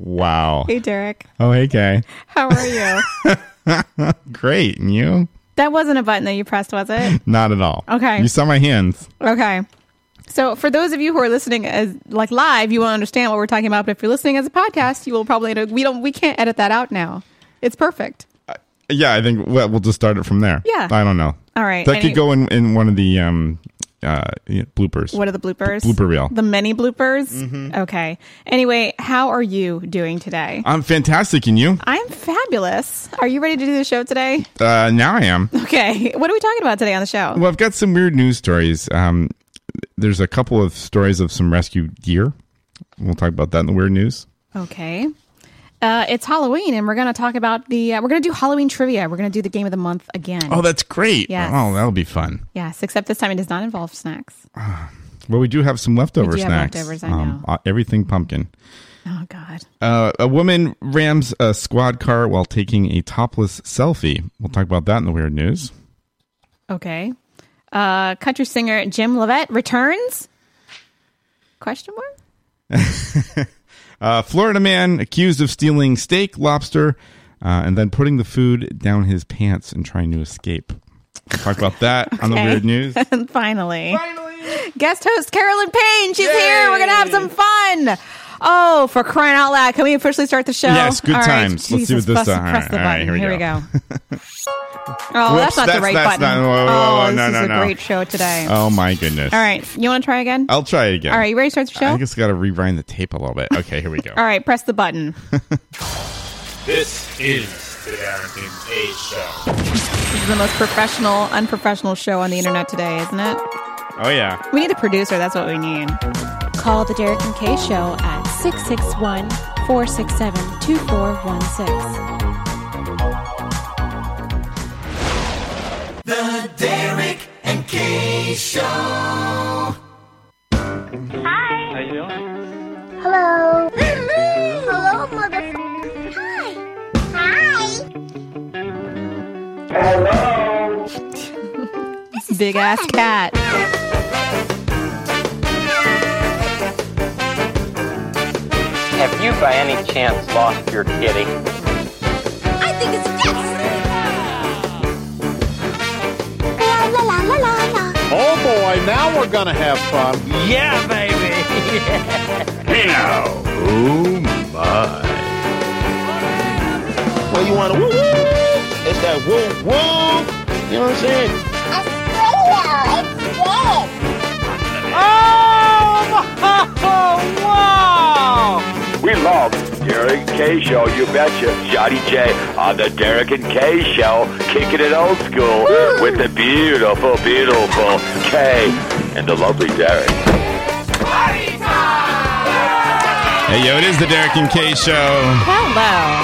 Wow. Hey, Derek. Oh, hey, Kay. How are you? Great. And you? that wasn't a button that you pressed, was it? Not at all. Okay. You saw my hands. Okay. So, for those of you who are listening as like live, you won't understand what we're talking about. But if you're listening as a podcast, you will probably know. We don't. We can't edit that out now. It's perfect. Yeah, I think well, we'll just start it from there. Yeah. I don't know. All right. That Any- could go in, in one of the um, uh, bloopers. What are the bloopers? Blooper reel. Mm-hmm. The many bloopers. Okay. Anyway, how are you doing today? I'm fantastic. And you? I'm fabulous. Are you ready to do the show today? Uh, now I am. Okay. What are we talking about today on the show? Well, I've got some weird news stories. Um, there's a couple of stories of some rescued deer. We'll talk about that in the weird news. Okay. Uh, it's Halloween, and we're going to talk about the. Uh, we're going to do Halloween trivia. We're going to do the game of the month again. Oh, that's great. Yes. Oh, that'll be fun. Yes, except this time it does not involve snacks. Well, we do have some leftover We do have snacks. leftovers, I know. uh, everything pumpkin. Oh, God. Uh, a woman rams a squad car while taking a topless selfie. We'll talk about that in the weird news. Okay. Uh, country singer Jim Lovett returns? Question mark? Uh, Florida man accused of stealing steak, lobster, uh, and then putting the food down his pants and trying to escape. We'll talk about that on the Okay. weird news. And finally, guest host Carolyn Payne. She's here. We're going to have some fun. Oh, for crying out loud. Can we officially start the show? Yes, good All right. times. Let's see Jesus, what this- press, all right, press the all right, button. here we here we go. oh, Whoops, that's not that's- the right that's button. not- whoa, whoa, whoa, oh, no, this no, is no. a great show today. Oh my goodness! All right. You want to try again? I'll try it again. All right. You ready to start the show? I just got to rewind the tape a little bit. Okay, here we go. All right. Press the button. This is the Darrington A Show. This is the most professional, unprofessional show on the internet today, isn't it? Oh yeah. We need a producer. That's what we need. Call the Derek and Kay Show at 661 467 2416. Hi. How you doing? Hello. Hello, mother. Hi. Hi. Big ass cat. Have you by any chance lost your kitty? I think it's yes. La la la la la. Oh boy, now we're gonna have fun. Yeah, baby! Hey now. Oh my. Well, you wanna woo woo? It's that woo woo. You know what I'm saying? It's real. It's good. Ah! We love Derek and K Show, you betcha. Johnny J on the Derek and K Show, kicking it old school with the beautiful, beautiful K and the lovely Derek. Hey yo, it is the Derek and Kay Show. Hello.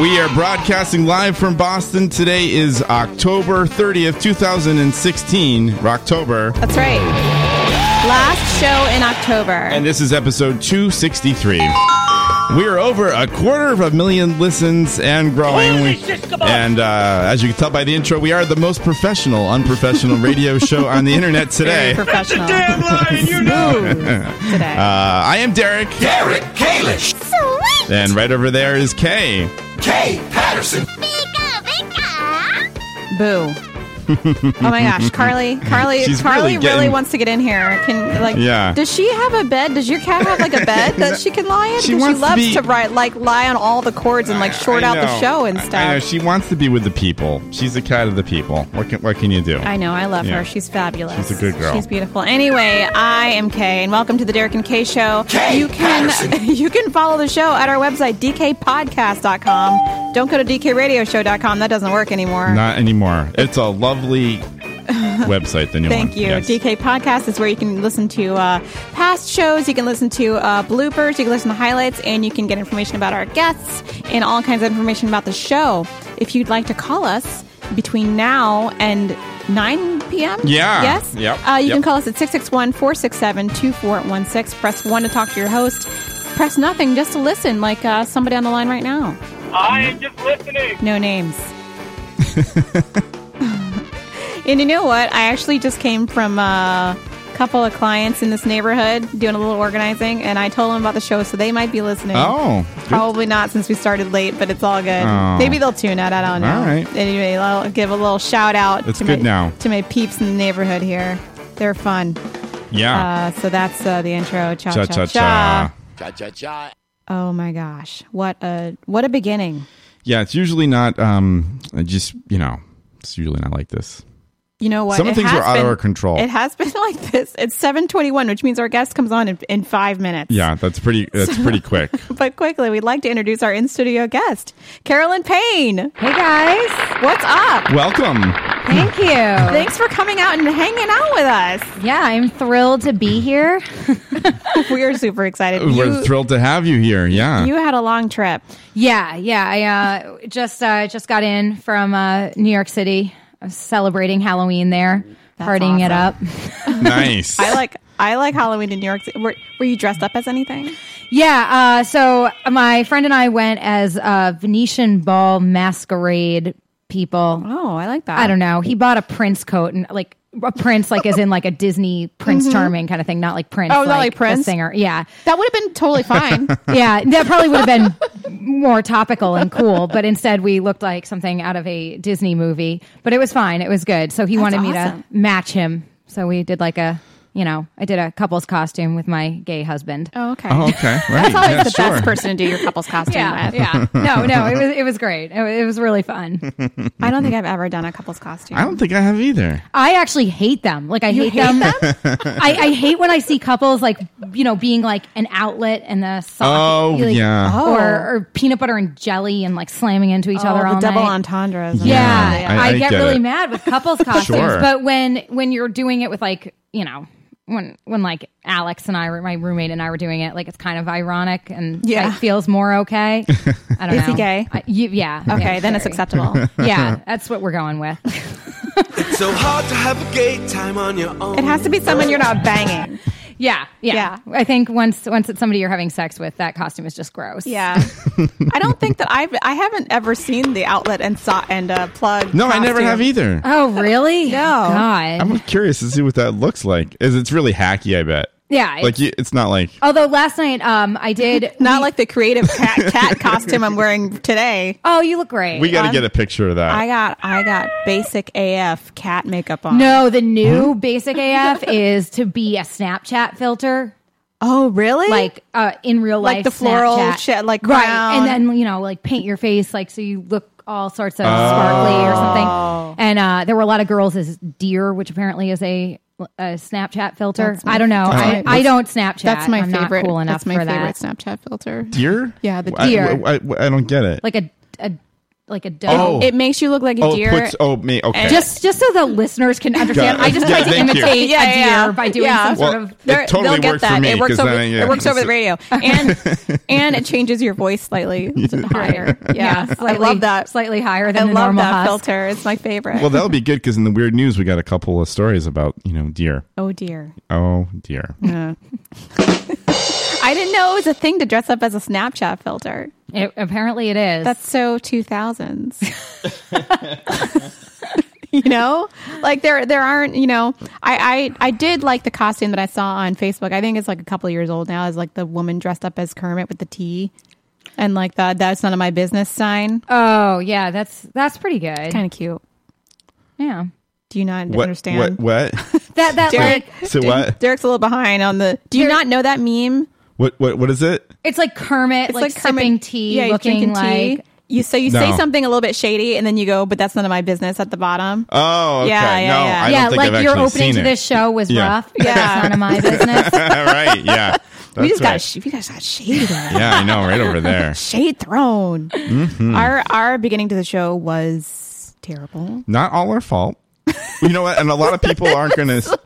We are broadcasting live from Boston. Today is October 30th, 2016, Rocktober, That's right. Last show in October. and this is episode 263. We are over a quarter of a million listens and growing. We- and uh, as you can tell by the intro, we are the most professional, unprofessional radio show on the internet Very today. Uh, professional. Smooth today. I am Derek, Derek Kalish, Sweet. and right over there is Kay. K Patterson. Bika bika. Boo. oh my gosh, Carly! Carly! Mm-hmm. She's Carly really really, getting- wants to get in here. Can like? Yeah. Does she have a bed? Does your cat have like a bed that she can lie in? She 'Cause wants to loves be- to ri- like lie on all the cords and like short I out the know. show and I- I stuff. know. She wants to be with the people. She's the cat of the people. What can, what can you do? I know. I love Yeah. her. She's fabulous. She's a good girl. She's beautiful. Anyway, I am Kay, and welcome to the Derek and Kay Show. you can you can follow the show at our website dkpodcast.com. Don't go to dkradioshow.com. That doesn't work anymore. Not anymore. It's a lovely website than you Thank want. you. Yes. DK Podcast is where you can listen to uh, past shows, you can listen to uh, bloopers, you can listen to highlights, and you can get information about our guests and all kinds of information about the show. If you'd like to call us between now and 9 p.m. Yeah. Yes? Yep. Uh, you Yep. can call us at 661 467 2416. Press 1 to talk to your host. Press nothing just to listen, like uh, somebody on the line right now. I am just listening. No names. and you know what? I actually just came from uh, a couple of clients in this neighborhood doing a little organizing, and I told them about the show, so they might be listening. Oh, good. Probably not since we started late, but it's all good. Oh. Maybe they'll tune out. I don't know. All right. Anyway, I'll give a little shout out That's to, good my, now. to my peeps in the neighborhood here. They're fun. yeah. Uh, so that's uh, the intro. Cha cha cha. Cha cha cha. Oh my gosh! What a what a beginning. Yeah, it's usually not. Um, I just you know, it's usually not like this. You know what? Some things has are out of been- our control. It has been like this. It's seven twenty-one, which means our guest comes on in, in five minutes. Yeah, that's pretty. That's pretty quick. But quickly, we'd like to introduce our in-studio guest, Carolyn Payne. Hey guys, What's up? Welcome. thank you. Thanks for coming out and hanging out with us. yeah, I'm thrilled to be here. We are super excited. We're You, thrilled to have you here. Yeah. you had a long trip. Yeah, yeah. I uh, just uh, just got in from uh, New York City. I was celebrating Halloween there, partying it up. nice. I like I like Halloween in New York. City. Were, were you dressed up as anything? Yeah. Uh, so my friend and I went as uh, Venetian ball masquerade people. Oh, I like that. I don't know. He bought a prince coat and like a prince, like as in like a Disney Prince Charming kind of thing, not like Prince. Mm-hmm. Oh, not like the Prince? singer. Yeah. That would have been totally fine. yeah, that probably would have been more topical and cool, but instead we looked like something out of a Disney movie. But it was fine. It was good. So he wanted me to awesome. match him. So we did like a, you know, I did a couple's costume with my gay husband. oh, okay. Oh, okay. Right. That's always yeah, the sure. best person to do your couple's costume Yeah, with. yeah. No, no, it was it was great. It wa- it was really fun. I don't think I've ever done a couple's costume. Mm-hmm. I don't think I have either. I actually hate them. Like I hate, them. I, I hate when I see couples like you know being like an outlet and a Oh, sock, like- yeah. or, or peanut butter and jelly and like slamming into each other Oh, all the double night. entendres. Yeah, I, I- I get, get really it. mad with couples costumes, Sure. but when when you're doing it with like you know when when like Alex and I, were- my roommate and I were doing it, like it's kind of ironic and Yeah. it feels more okay. I don't know. Is he gay? I- you- yeah. Okay, then it's very. acceptable. Yeah, that's what we're going with. So hard to have a gay time on your own. It has to be someone you're not banging. Yeah, yeah. Yeah. I think once once it's somebody you're having sex with, that costume is just gross. Yeah, I don't think that I've I haven't ever seen the outlet and so, and uh, plug. No, I never costume. have either. Oh, really? no. God. I'm curious to see what that looks like. Is it's really hacky? I bet. yeah. Like you, it's not like although last night um I did Not like the creative cat, cat costume I'm wearing today. Oh, you look great. we got to I'm- get a picture of that. I got I got basic AF cat makeup on. No, the new basic AF is to be a Snapchat filter, Oh, really? like uh, in real life, Like the floral Snapchat. shit, like right, crown. and then you know, like paint your face, like so you look all sorts of sparkly Oh. or something. And uh, there were a lot of girls as deer, which apparently is a. A Snapchat filter. my- I don't know. I, that's my- I don't Snapchat. that's my I'm not favorite. cool enough that's my for favorite that. Snapchat filter. deer. Yeah, the I- deer. I, I- I don't get it. Like a, a like a doe. Oh. It makes you look like a oh, deer. puts, oh me. Okay. Just just so the listeners can understand. Got it. I just Yeah, tried to thank you. imitate Yeah, a deer yeah, by doing yeah. some well, sort of They're- it totally they'll get worked that. for me. It works 'cause over. then, yeah, it works over the it's- radio, and and it changes your voice slightly to higher. Yeah, I love that. Slightly higher I than the love normal that husk. filter. It's my favorite. Well, that'll be good because in the weird news we got a couple of stories about you know deer. oh Mm, dear, Oh dear. I didn't know it was a thing to dress up as a Snapchat filter. It, apparently, it is. That's so two thousands. you know, like there there aren't. You know, I, I I did like the costume that I saw on Facebook. I think it's like a couple years old now. Is like the woman dressed up as Kermit with the tea, and like the that's none of my business sign. oh yeah, that's that's pretty good. Kind of cute. Yeah, Do you not What, understand? What? What? that that Derek, like so what? Derek's a little behind on the. Do you Derek- not know that meme? What? What? What is it? it's like Kermit, like, Kermit- sipping tea, Yeah, you're looking drinking tea. like You so you say No. something a little bit shady, and then you go, "But that's none of my business." At the bottom. Oh, okay. Yeah, yeah, no, yeah. I yeah, don't think like I've your actually opening seen to it. this show was Yeah. rough. Yeah. that's none of my business. right. Yeah. we just That's got right. sh- we just got shaded. yeah, Mm-hmm. I know. Right over there. Shade thrown. Our our beginning to the show was terrible. Not all our fault. you know what? And a lot of people aren't going to.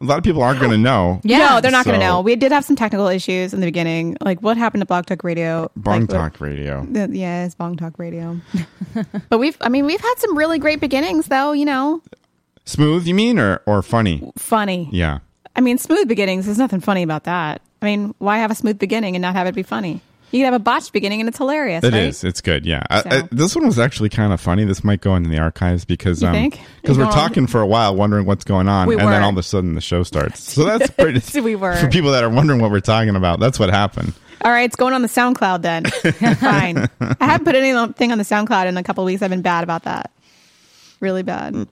A lot of people aren't going to know. no, they're not going to So, know. We did have some technical issues in the beginning. Like, what happened to Blog Talk Radio? Bong Like, Talk Radio. The- yeah, it's Bong Talk Radio. but we've, I mean, we've had some really great beginnings, though. You know, Smooth, you mean, or or funny? funny. Yeah. I mean, smooth beginnings. There's nothing funny about that. I mean, why have a smooth beginning and not have it be funny? You can have a botched beginning and it's hilarious. It is. right? It's good. Yeah. I- So. I- this one was actually kind of funny. This might go into the archives because You um think? because You we're go on. talking for a while, wondering what's going on, We and were. then all of a sudden the show starts. So that's pretty. We were. for people that are wondering what we're talking about. That's what happened. All right, it's going on the SoundCloud then. Fine. I haven't put anything on the SoundCloud in a couple of weeks. I've been bad about that, really bad. Mm.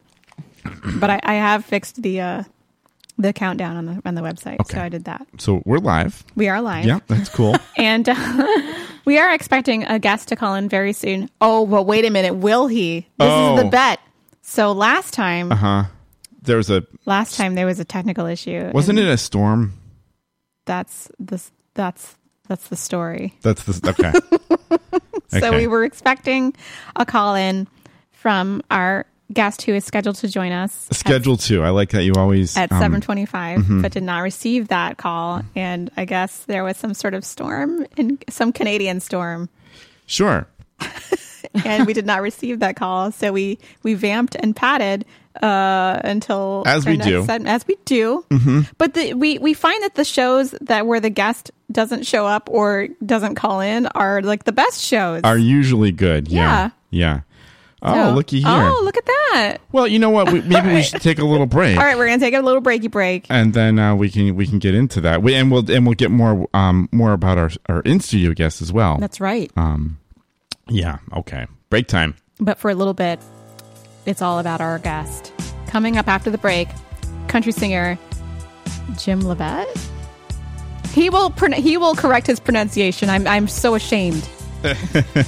But I, I have fixed the uh, the countdown on the on the website, so I did that. So we're live. We are live, Yeah, that's cool. and uh, we are expecting a guest to call in very soon. Oh, but wait a minute, will he? This is Oh. the bet. So last time, uh huh. There was a last time there was a technical issue. wasn't and it a storm? That's this. That's that's the story. That's the okay. So Okay. we were expecting a call in from our guest who is scheduled to join us Schedule two. I like that you always at um, 7:25 mhm. but did not receive that call and I guess there was some sort of storm in some Canadian storm Sure. and we did not receive that call so we we vamped and patted uh until As we our next do. set- as we do Mm-hmm. but the, we we find that the shows that where the guest doesn't show up or doesn't call in are like the best shows Are usually good. Yeah. Yeah. Oh, So- looky here. oh look at that well, you know what? We, maybe we should take a little break. All right, we're gonna take a little breaky break. and then uh, we can we can get into that. We, and we'll and we'll get more um more about our our in studio guests as well. That's right. Um, yeah. Okay. Break time. But for a little bit, it's all about our guest. Coming up after the break, country singer Jim Levette. He will pron- he will correct his pronunciation. I'm I'm so ashamed.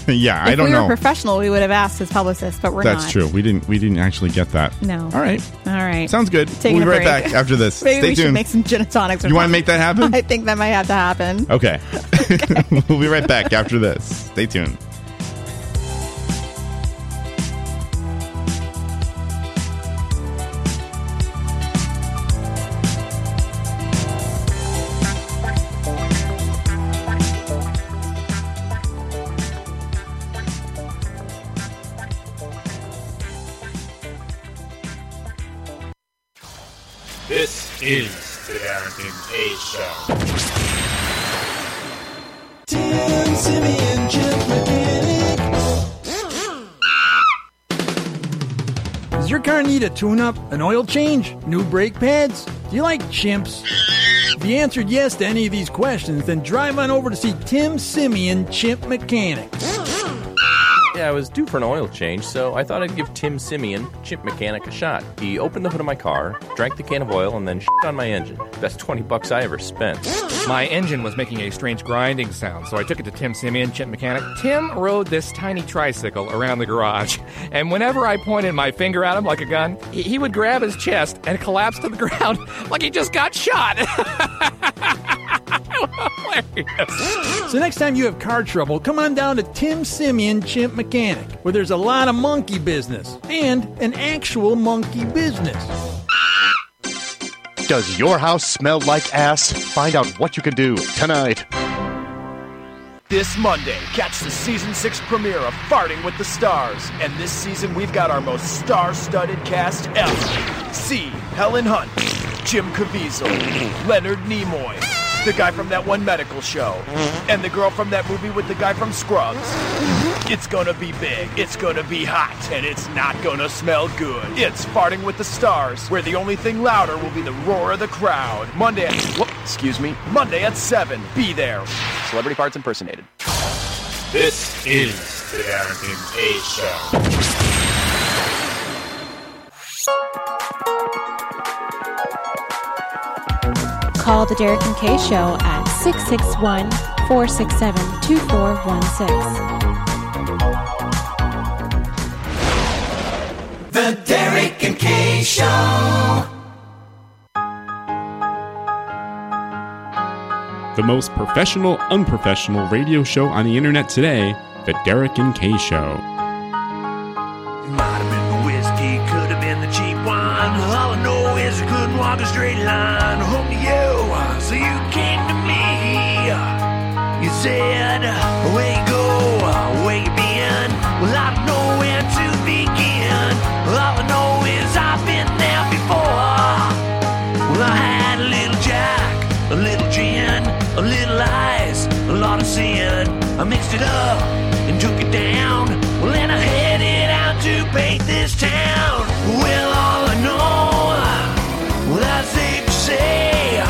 yeah. if I don't we were know. professional, we would have asked his publicist, but we're That's not. true. We didn't we didn't actually get that. No. All right. All right. Sounds good. Taking we'll be a right break. back after this. Maybe Stay we should tuned. make some gin and tonics. or You wanna something. make that happen? I think that might have to happen. Okay. we'll be right back after this. Stay tuned. This is the Darrington K Show. Tim, Simeon, Jeff Mechanic. Does your car need a tune up, an oil change, new brake pads? Do you like chimps? If you answered yes to any of these questions, then drive on over to see Tim Simeon, Chimp Mechanic. Yeah, I was due for an oil change, so I thought I'd give Tim Simeon, chip mechanic, a shot. He opened the hood of my car, drank the can of oil, and then shit on my engine. Best 20 bucks I ever spent. My engine was making a strange grinding sound, so I took it to Tim Simeon, chip mechanic. Tim rode this tiny tricycle around the garage, and whenever I pointed my finger at him like a gun, he he would grab his chest and collapse to the ground like he just got shot. So next time you have car trouble, come on down to Tim Simeon Chimp Mechanic, where there's a lot of monkey business and an actual monkey business. Does your house smell like ass? Find out what you can do tonight. This Monday, catch the season six premiere of Farting with the Stars. And this season, we've got our most star studded cast ever. See Helen Hunt, Jim Caviezel, Leonard Nimoy, the guy from that one medical show, and the girl from that movie with the guy from Scrubs. It's gonna be big, it's gonna be hot, and it's not gonna smell good. It's Farting with the Stars, where the only thing louder will be the roar of the crowd. Monday at, whoop, excuse me, Monday at 7. Be there. Celebrity parts impersonated. This is the Darrington K Show. Call the Derek and Kay Show at 661 467 2416. The Derek and K Show. the most professional, unprofessional radio show on the internet today, The Derek and Kay Show. Might have been the whiskey, could have been the cheap wine. line. All I know is I couldn't walk a straight line. Home to you, so you came to me. You said, Where you go, where you been? Well, I don't know where to begin. All I know is I've been there before. Well, I had a little Jack, a little gin, a little ice, a lot of sin. I mixed it up and took it down. Well, then I headed out to paint this town. Well, all I know, well, that's safe to say,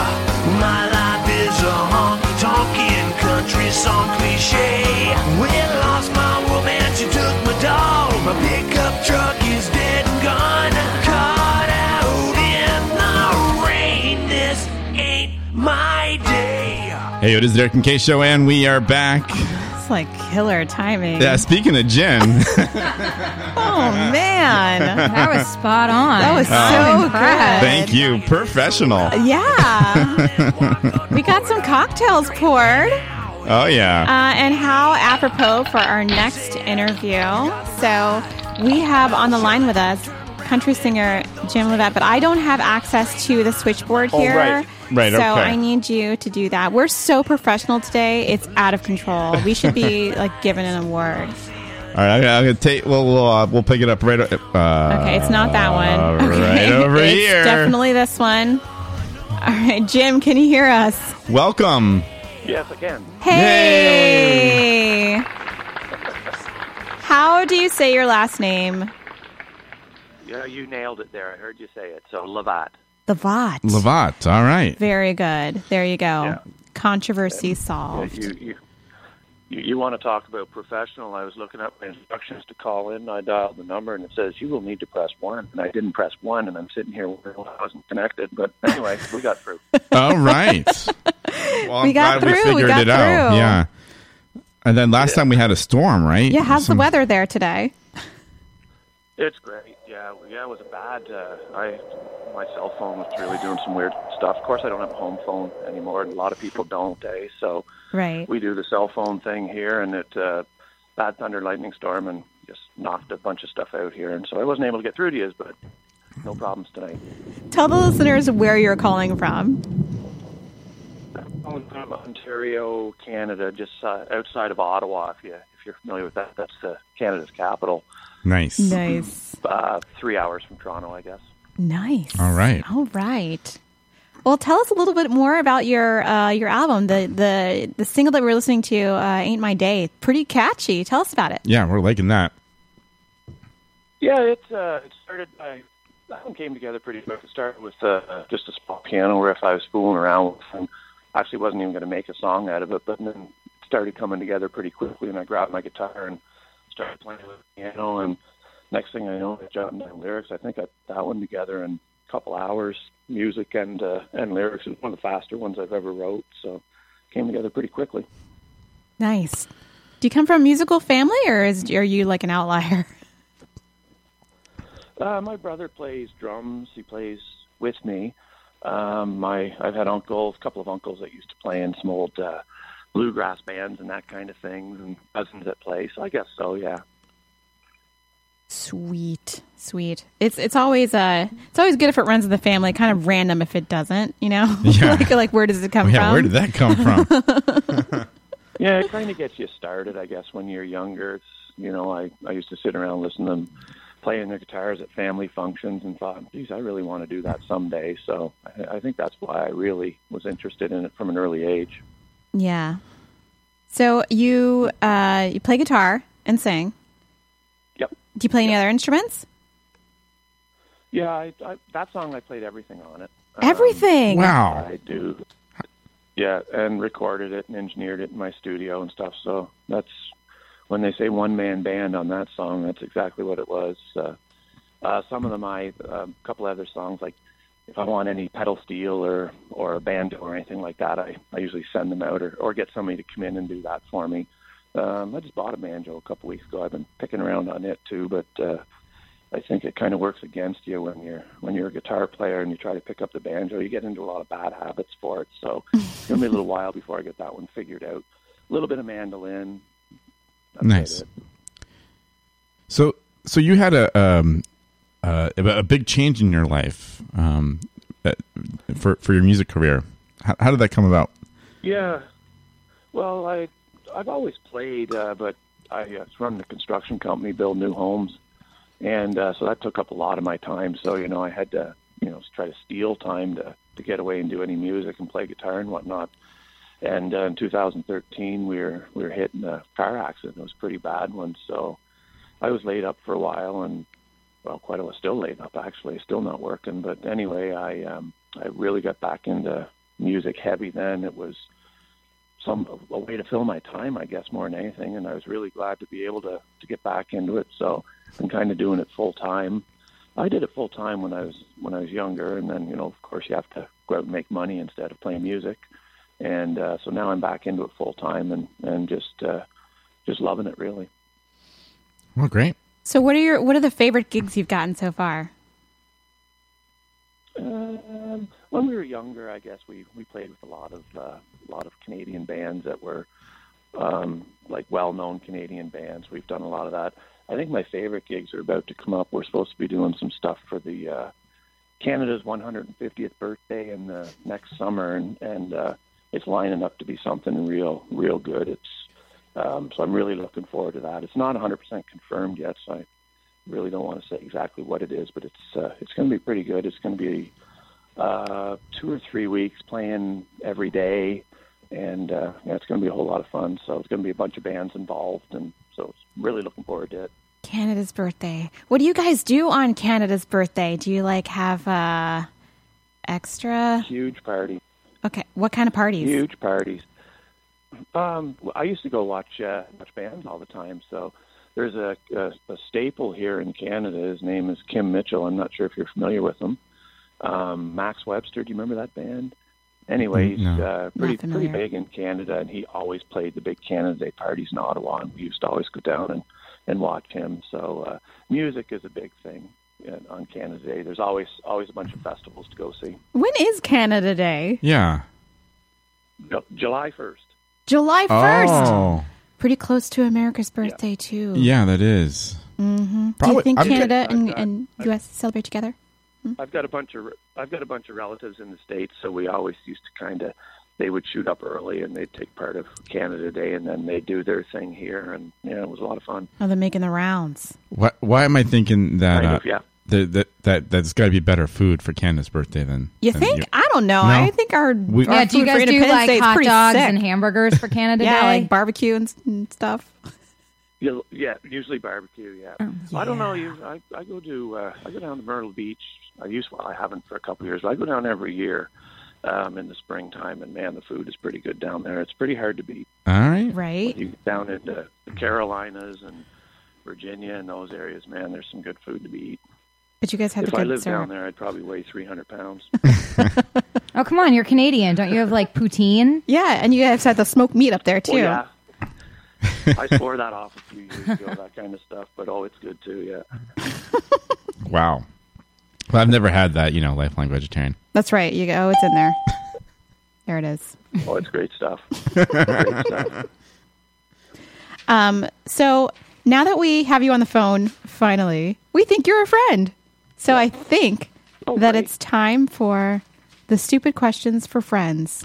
my life is a honky tonkin' country song cliche. Well, I lost my woman, she took my dog. My pickup truck is dead and gone. Caught out in the rain, this ain't my day. Hey, it is the Derek and K Show, and we are back. It's like killer timing. Yeah, speaking of gin, Oh man, That was spot on. That was so Oh. good. thank you, professional. Yeah, we got some cocktails poured. oh yeah. Uh, and how apropos for our next interview. So we have on the line with us country singer Jim Levette, but I don't have access to the switchboard Oh, here. right. Right, so okay. I need you to do that. We're so professional today; it's out of control. We should be like given an award. All right, I'm gonna- I'm gonna take. Well, we'll, uh, we'll pick it up right. o- Uh, Okay, it's not that one. all Right Okay, over it's here. Definitely this one. All right, Jim, can you hear us? Welcome. Yes, I can. Hey. How do you say your last name? Yeah, you nailed it there. I heard you say it. So Levat. Lavat. Lavat. All right. Very good. There you go. Controversy solved. You, you, you, you want to talk about professional? I was looking up my instructions to call in. And I dialed the number, and it says you will need to press one. And I didn't press one, and I'm sitting here wondering why I wasn't connected. But anyway, we got through. All right. Well, We got glad through, we got through. Yeah. And then last time we had a storm, right? Yeah, how's Some- the weather there today? It's great. Yeah, yeah, it was a bad. Uh, I my cell phone was really doing some weird stuff. Of course, I don't have a home phone anymore, and a lot of people don't. Eh? So Right. we do the cell phone thing here, and it uh, bad thunder lightning storm, and just knocked a bunch of stuff out here, and so I wasn't able to get through to you, but no problems tonight. Tell the listeners where you're calling from. I'm from Ontario, Canada, just uh, outside of Ottawa. If you if you're familiar with that, that's uh, Canada's capital. Nice. Nice. Uh, three hours from Toronto, I guess. Nice. All right. All right. Well, tell us a little bit more about your uh, your album, the the the single that we were listening to, uh, "Ain't My Day." Pretty catchy. Tell us about it. Yeah, we're liking that. Yeah, it's uh, it started. I that one came together pretty quick. It started with uh, just a small piano riff I was fooling around with, and actually wasn't even going to make a song out of it. But then it started coming together pretty quickly, and I grabbed my guitar and started playing with the piano. And next thing I know, I jotted down lyrics. I think I put that one together in a couple hours. Music and uh, and lyrics is one of the faster ones I've ever wrote, so came together pretty quickly. Nice. Do you come from a musical family, or is are you like an outlier? Uh, my brother plays drums. He plays with me. Um, my I've had uncles, a couple of uncles that used to play in some old uh, bluegrass bands and that kind of things, and cousins that play. So I guess so. Yeah. Sweet, sweet. It's it's always uh it's always good if it runs in the family. Kind of random if it doesn't, you know. Yeah. like like where does it come yeah, from? where did that come from? Yeah, it kind of gets you started, I guess, when you're younger. It's, you know, I I used to sit around and listen to them playing their guitars at family functions and thought, geez, I really want to do that someday. So I, I think that's why I really was interested in it from an early age. Yeah. So you uh you play guitar and sing. Yep. Do you play any other instruments? Yeah, I, I, that song I played everything on it. Um, Everything? Wow. I do. Yeah, and recorded it and engineered it in my studio and stuff. So that's when they say one man band on that song. That's exactly what it was. Uh, uh, some of them, I a couple other songs like if I want any pedal steel or or a banjo or anything like that, I I usually send them out or or get somebody to come in and do that for me. Um, I just bought a banjo a couple weeks ago. I've been picking around on it too, but uh, I think it kind of works against you when you're when you're a guitar player and you try to pick up the banjo. You get into a lot of bad habits for it. So it'll be a little while before I get that one figured out. A little bit of mandolin. nice. So, so you had a um, uh, a big change in your life um, uh, for for your music career. How, how did that come about? Yeah. Well, I I've always played, uh, but I uh, run the construction company, build new homes, and uh, so that took up a lot of my time. So you know, I had to you know try to steal time to to get away and do any music and play guitar and whatnot. And uh, in 2013, we were we were hit in a car accident. It was a pretty bad one. So I was laid up for a while, and well, quite a while still laid up actually, still not working. But anyway, I um, I really got back into music heavy then. It was some a way to fill my time, I guess, more than anything. And I was really glad to be able to to get back into it. So I'm kind of doing it full time. I did it full time when I was when I was younger, and then you know, of course, you have to go out and make money instead of playing music. And uh, so now I'm back into it full time, and and just uh, just loving it really. Oh, Well, great. So what are your what are the favorite gigs you've gotten so far? Um, when we were younger, I guess we we played with a lot of uh, a lot of Canadian bands that were um, like well-known Canadian bands. We've done a lot of that. I think my favorite gigs are about to come up. We're supposed to be doing some stuff for the uh, Canada's 150th birthday in the next summer, and and uh, it's lining up to be something real real good. It's um, so I'm really looking forward to that. It's not 100% confirmed yet, so I really don't want to say exactly what it is, but it's uh, it's going to be pretty good. It's going to be uh, two or three weeks playing every day, and uh, yeah, it's going to be a whole lot of fun. So it's going to be a bunch of bands involved, and so it's really looking forward to it. Canada's birthday. What do you guys do on Canada's birthday? Do you like have uh, extra? Huge party. Okay, what kind of parties? Huge parties. Um, well, I used to go watch uh, watch bands all the time, so there's a, a, a staple here in Canada. His name is Kim Mitchell. I'm not sure if you're familiar with him. Um, Max Webster, do you remember that band? Anyway, he's No. uh, pretty Mm, Not familiar. pretty big in Canada, and he always played the big Canada Day parties in Ottawa, and we used to always go down and and watch him. So uh, music is a big thing in, on Canada Day. There's always always a bunch of festivals to go see. When is Canada Day? Yeah. Ju- July 1st. July first. Oh, Pretty close to America's birthday too. yeah, that is. hmm Do you Probably- think I'm- Canada I've and, uh, got- and I've- U.S. celebrate together? I've got a bunch of I've got a bunch of relatives in the states, so we always used to kind of they would shoot up early and they'd take part of Canada Day, and then they do their thing here, and yeah, it was a lot of fun. Oh, they're making the rounds. Why, why am I thinking that? Kind uh, of, yeah. That, that that that's got to be better food for Canada's birthday than. You than think? you- I don't know. No. I think our, We- our Yeah, do you food for guys do Independence Day like is hot pretty dogs sick. and hamburgers for Canada yeah, Day? like barbecue and, s- and stuff. You- Yeah, usually barbecue. Yeah, I don't know. You, I, I go to uh, I go down to Myrtle Beach. I used well, I haven't for a couple of years. But I go down every year um, in the springtime, and man, the food is pretty good down there. It's pretty hard to beat. All right. Right. You get down into the Carolinas and Virginia and those areas, man, there's some good food to be eaten. But you guys have if the I good lived syrup. down there, I'd probably weigh 300 pounds. Oh, come on. You're Canadian. Don't you have like poutine? Yeah, and you guys had the smoked meat up there too. Well, Oh, yeah. I swore that off a few years ago, that kind of stuff. But oh, it's good too. Yeah. Wow. Well, I've never had that. You know, lifelong vegetarian. That's right. You go. Oh, it's in there. there it is. Oh, it's great stuff. great stuff. Um, so now that we have you on the phone, finally, we think you're a friend. So I think that it's time for the stupid questions for friends.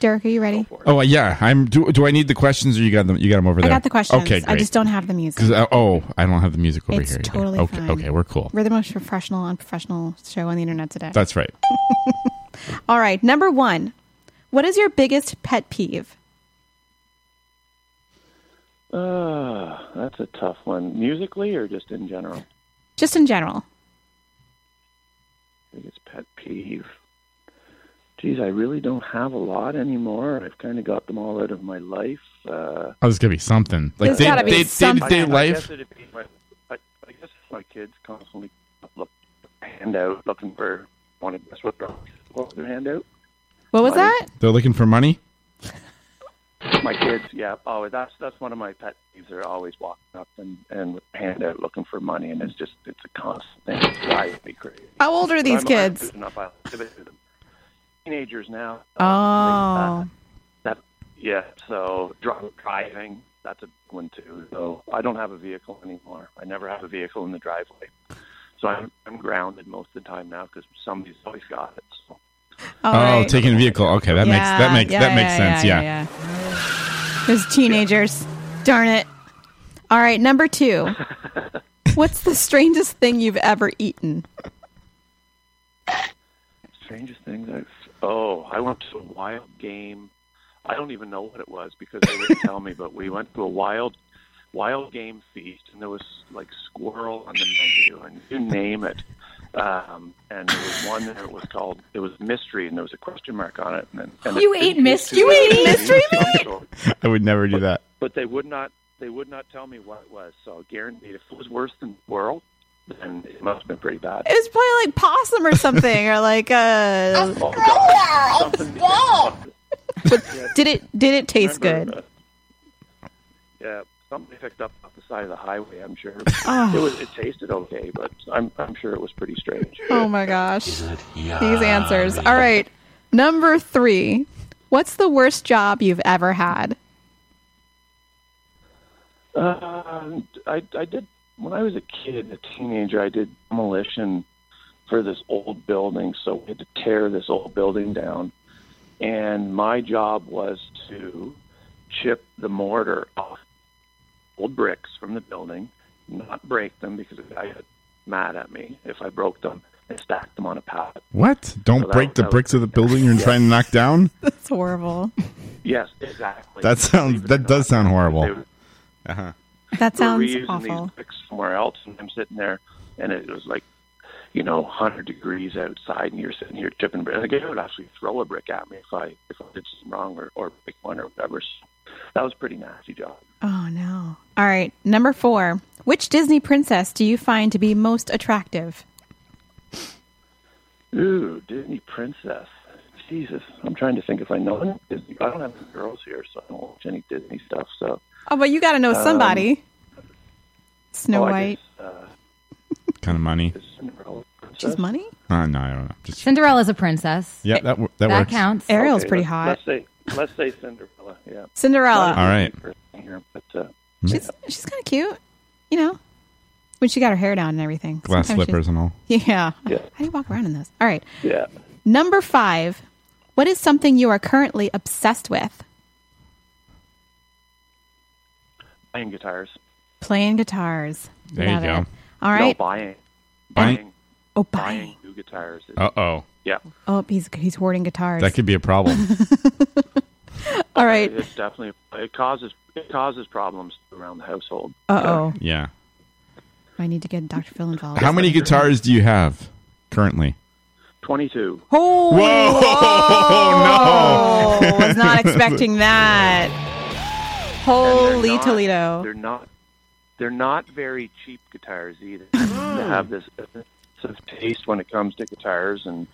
Derek, are you ready? Oh yeah, I'm. Do, do I need the questions or you got them? You got them over I there. got the questions. Okay, great. I just don't have the music. 'Cause, uh, oh, I don't have the music over It's here. either. totally okay, fine. okay, we're cool. We're the most professional and professional show on the internet today. That's right. All right. Number one, what is your biggest pet peeve? Uh, that's a tough one. Musically or just in general? Just in general. biggest pet peeve. Geez, I really don't have a lot anymore. I've kind of got them all out of my life. Uh, Oh, there's gotta be something like There's day, gotta be day, something. day-to-day I- I life. guess it'd be my, I, I guess if my kids constantly look handout looking for want to guess what the- what was their handout. What was Money. that? They're looking for money. My kids, yeah. Oh, that's that's one of my pet peeves. They're always walking up and and with handout looking for money, and it's just it's a constant thing. It drives me crazy. How old are these I'm- I'm kids? good enough. I limited them. Teenagers now. Oh, That yeah. So drunk driving. That's a big one too. So I don't have a vehicle anymore. I never have a vehicle in the driveway. So I'm, I'm grounded most of the time now because somebody's always got it. So. oh, taking a vehicle. Okay, that makes that makes that makes sense. Yeah. Those teenagers. Darn it. All right, number two. What's the strangest thing you've ever eaten? Strangest thing that oh, I went to a wild game. I don't even know what it was because they didn't tell me. But we went to a wild wild game feast, and there was like squirrel on the menu, and you name it. Um, and there was one that was called it was mystery, and there was a question mark on it. And, then- and You it- ate it- mystery? it- You ate mystery I would never do that. but they would not they would not tell me what it was. So guaranteed, if it was worse than squirrel, then it must have been pretty bad. It was probably like possum or something, or like Oh, uh. but did it did it taste good? uh, Yeah, something picked up off the side of the highway. I'm sure Oh. it was. It tasted okay, but I'm I'm sure it was pretty strange. Oh my gosh. These answers. All right. Number three. What's the worst job you've ever had? Uh, I I did when I was a kid, a teenager. I did demolition for this old building, so we had to tear this old building down, and my job was to chip the mortar off old bricks from the building, not break them because the guy got mad at me if I broke them and stacked them on a pallet. What? Don't So that- break the that was- bricks of the building you're trying to knock down. That's horrible. Yes, exactly. That sounds. That does sound horrible. Uh huh. That We're sounds reusing awful. These bricks somewhere else, and I'm sitting there, and it was like, you know, 100 degrees outside, and you're sitting here chipping brick. Like, it would actually throw a brick at me if I if I did something wrong or or pick one or whatever. So that was a pretty nasty job. Oh no. All right. Number four. Which Disney princess do you find to be most attractive? Ooh, Disney princess. Jesus, I'm trying to think if I know any Disney. I don't have any girls here, so I don't watch any Disney stuff. So Oh, but you got to know somebody. Snow Um, oh, I White. guess, uh, Kind of money. She's money. Uh, no, I don't know. Just Cinderella's a princess. yeah, that wo- that, That works. counts. Ariel's okay, pretty let's- hot. Let's say let's say Cinderella. Yeah. Cinderella. All right. Here, but uh, Mm. She's she's kind of cute, you know. When she got her hair down and everything. Glass Sometimes slippers she's- and all. Yeah. Yeah. How do you walk around in those? All right. yeah. Number five. What is something you are currently obsessed with? Playing guitars. Playing guitars. There you Love it. go. All right. No, buying. Buying- oh, buying. Buying new guitars. is- Uh oh. Yeah. Oh, he's he's hoarding guitars. That could be a problem. All right. It definitely it causes it causes problems around the household. Uh oh. yeah. I need to get Dr. Phil involved. How many guitars do you have currently? Twenty two. Oh, Whoa! no. was not expecting that. Holy Toledo. They're not. They're not very cheap guitars either. they have this sort of taste when it comes to guitars, and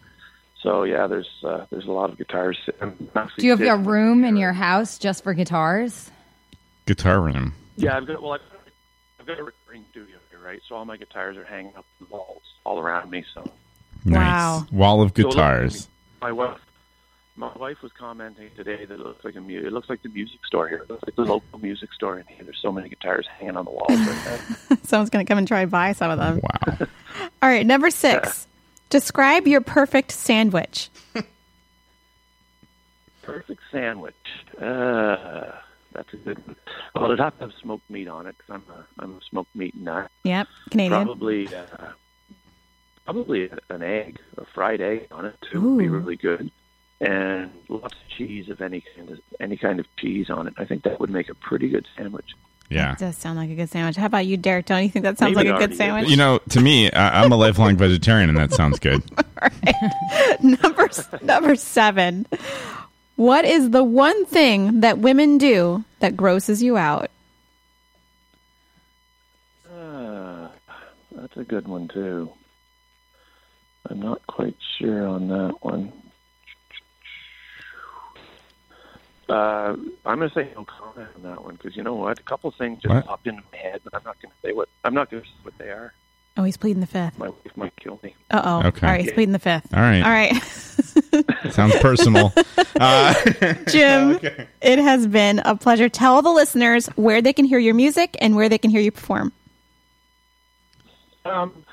so yeah, there's uh, there's a lot of guitars. I'm actually Do you have a sitting- room in your house just for guitars? Guitar room. Yeah, I've got well, I've, I've got a recording studio here, right? So all my guitars are hanging up on the walls all around me. So Nice. Wow. Wall of So it looks guitars. like My wife, my wife was commenting today that it looks like a mu- it looks like the music store here. It looks like the local music store in here. There's so many guitars hanging on the walls right now. Someone's going to come and try and buy some of them. Wow. All right, number six. Describe your perfect sandwich. Perfect sandwich. Uh, that's a good one. Well, it'd have to have smoked meat on it because I'm a, I'm a smoked meat nut. Yep, Canadian. Probably, uh, probably an egg, a fried egg on it too would be Ooh. really good, and lots of cheese of any kind of any kind of cheese on it. I think that would make a pretty good sandwich. Yeah. That does sound like a good sandwich. How about you, Derek? Don't you think that sounds Maybe like a it good sandwich? You know, to me, I, I'm a lifelong vegetarian, and that sounds good. number number seven. What is the one thing that women do that grosses you out? Uh, that's a good one too. I'm not quite sure on that one. Uh, I'm going to say no comment on that one because you know what? A couple things just What? popped into my head, but I'm not going to say what I'm not going to say what they are. Oh, he's pleading the fifth. My wife might kill me. Uh oh. Okay. All right, he's pleading the fifth. All right. All right. Sounds personal. Uh, Jim, it has been a pleasure. Tell the listeners where they can hear your music and where they can hear you perform. Um,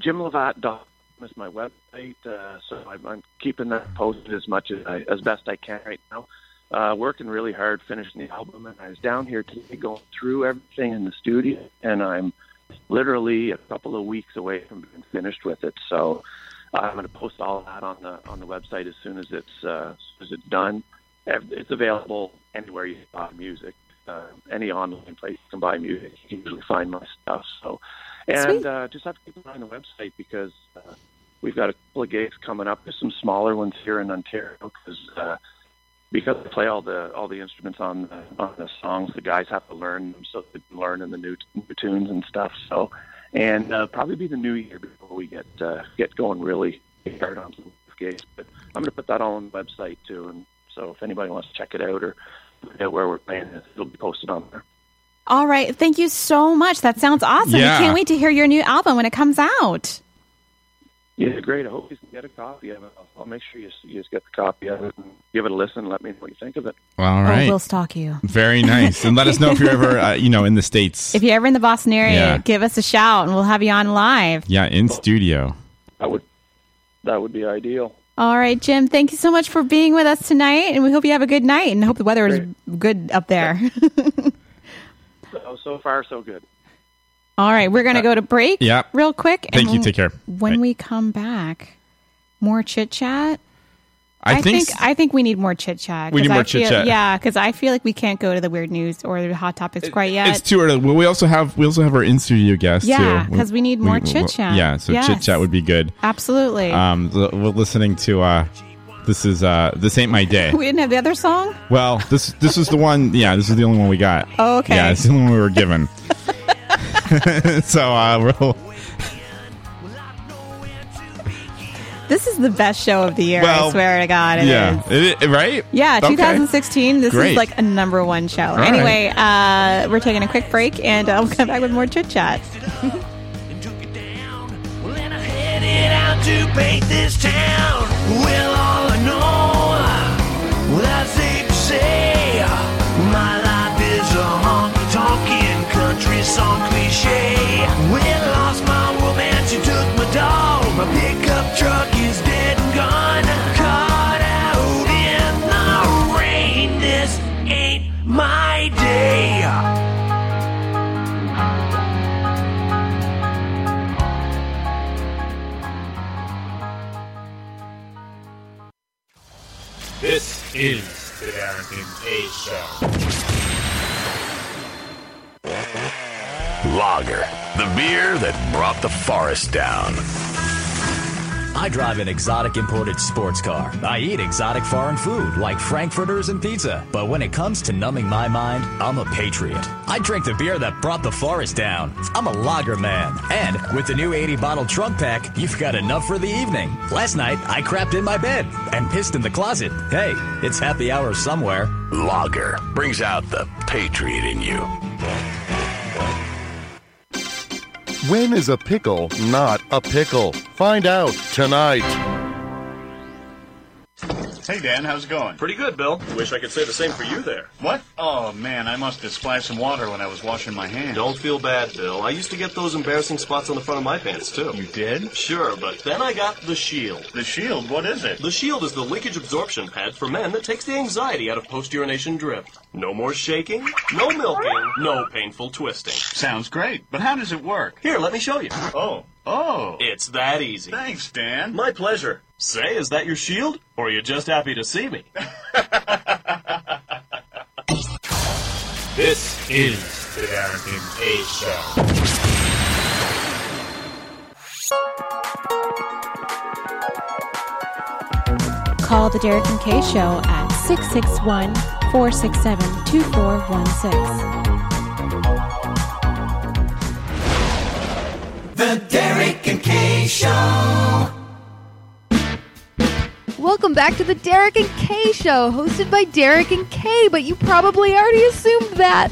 JimLevatt.com is my website, uh, so I'm, I'm keeping that posted as much as I, as best I can right now. Uh, working really hard finishing the album, and I was down here today going through everything in the studio, and I'm literally a couple of weeks away from being finished with it. So I'm going to post all that on the on the website as soon as it's uh, as soon as it's done. Ev- It's available anywhere you buy music, uh, any online place you can buy music. You can usually find my stuff. So, and Sweet. uh, just have to keep an eye on the website because uh, we've got a couple of gigs coming up. There's some smaller ones here in Ontario because. Uh, because I play all the all the instruments on the, on the songs, the guys have to learn them so they can learn in the new, new tunes and stuff. So, and uh, probably be the new year before we get uh, get going really hard on some gigs. But I'm going to put that all on the website too, and so if anybody wants to check it out or find out where we're playing, it, it'll be posted on there. All right. Thank you so much. That sounds awesome. Yeah. We can't wait to hear your new album when it comes out. Yeah, great. I hope you can get a copy of it. I'll- I'll make sure you you just get the copy of it and give it a listen. Let me know what you think of it. All right. Oh, we'll stalk you. Very nice. And let us know if you're ever, uh, you know, in the States. If you're ever in the Boston area, Yeah. give us a shout and we'll have you on live. Yeah, in studio. That would that would be ideal. All right, Jim, thank you so much for being with us tonight. And we hope you have a good night and hope the weather is good up there. So so far so good. All right. We're going to go to break Uh, Yeah. real quick. Thank you. Take care. When we come back, more chit chat. I think s- I think we need more chit chat. We need 'cause I more feel- chit-chat. Yeah, because I feel like we can't go to the weird news or the hot topics quite yet. It's too early. Well, we also have we also have our in studio guest Yeah, too. 'cause we need more chit-chat. Yeah, so Yes. chit chat would be good. Absolutely. Um, l- we're listening to uh, this is uh, this ain't my day. we didn't have the other song. Well, this this is the one. Yeah, this is the only one we got. Oh, okay. Yeah, it's the only one we were given. so uh, we'll, This is the best show of the year. I Well, swear to God. it yeah, is. It- it- right. Yeah, Okay. 2016. This Great. is like a number one show. All anyway, uh, we're taking a quick break and uh, we'll come back with more chit chat. headed out to paint this town. Well, all I know, well, I safe to say, my life is a honky tonkin' country song cliche. Well, lost my woman, she took my dog. My pickup truck is dead and gone. Caught out in the rain, this ain't my day. This is the Darrington A Show. Lager, the beer that brought the forest down. I drive an exotic imported sports car. I eat exotic foreign food like frankfurters and pizza. But when it comes to numbing my mind, I'm a patriot. I drink the beer that brought the forest down. I'm a lager man. And with the new 80 bottle trunk pack, you've got enough for the evening. Last night, I crapped in my bed and pissed in the closet. Hey, it's happy hour somewhere. Lager brings out the patriot in you. When is a pickle not a pickle? Find out tonight. Hey, Dan, how's it going? Pretty good, Bill. Wish I could say the same for you there. What? Oh, man, I must have splashed some water when I was washing my hands. Don't feel bad, Bill. I used to get those embarrassing spots on the front of my pants, too. You did? Sure, but then I got the Shield. The Shield? What is it? The Shield is the leakage absorption pad for men that takes the anxiety out of post urination drift. No more shaking, no milking, no painful twisting. Sounds great, but how does it work? Here, let me show you. Oh, oh. It's that easy. Thanks, Dan. My pleasure. Say, is that your shield? Or are you just happy to see me? This is the Darrington A Show. Call the Derek and Kay Show at 661 467 2416. The Derek and Kay Show. Welcome back to the Derek and Kay Show, hosted by Derek and Kay, but you probably already assumed that.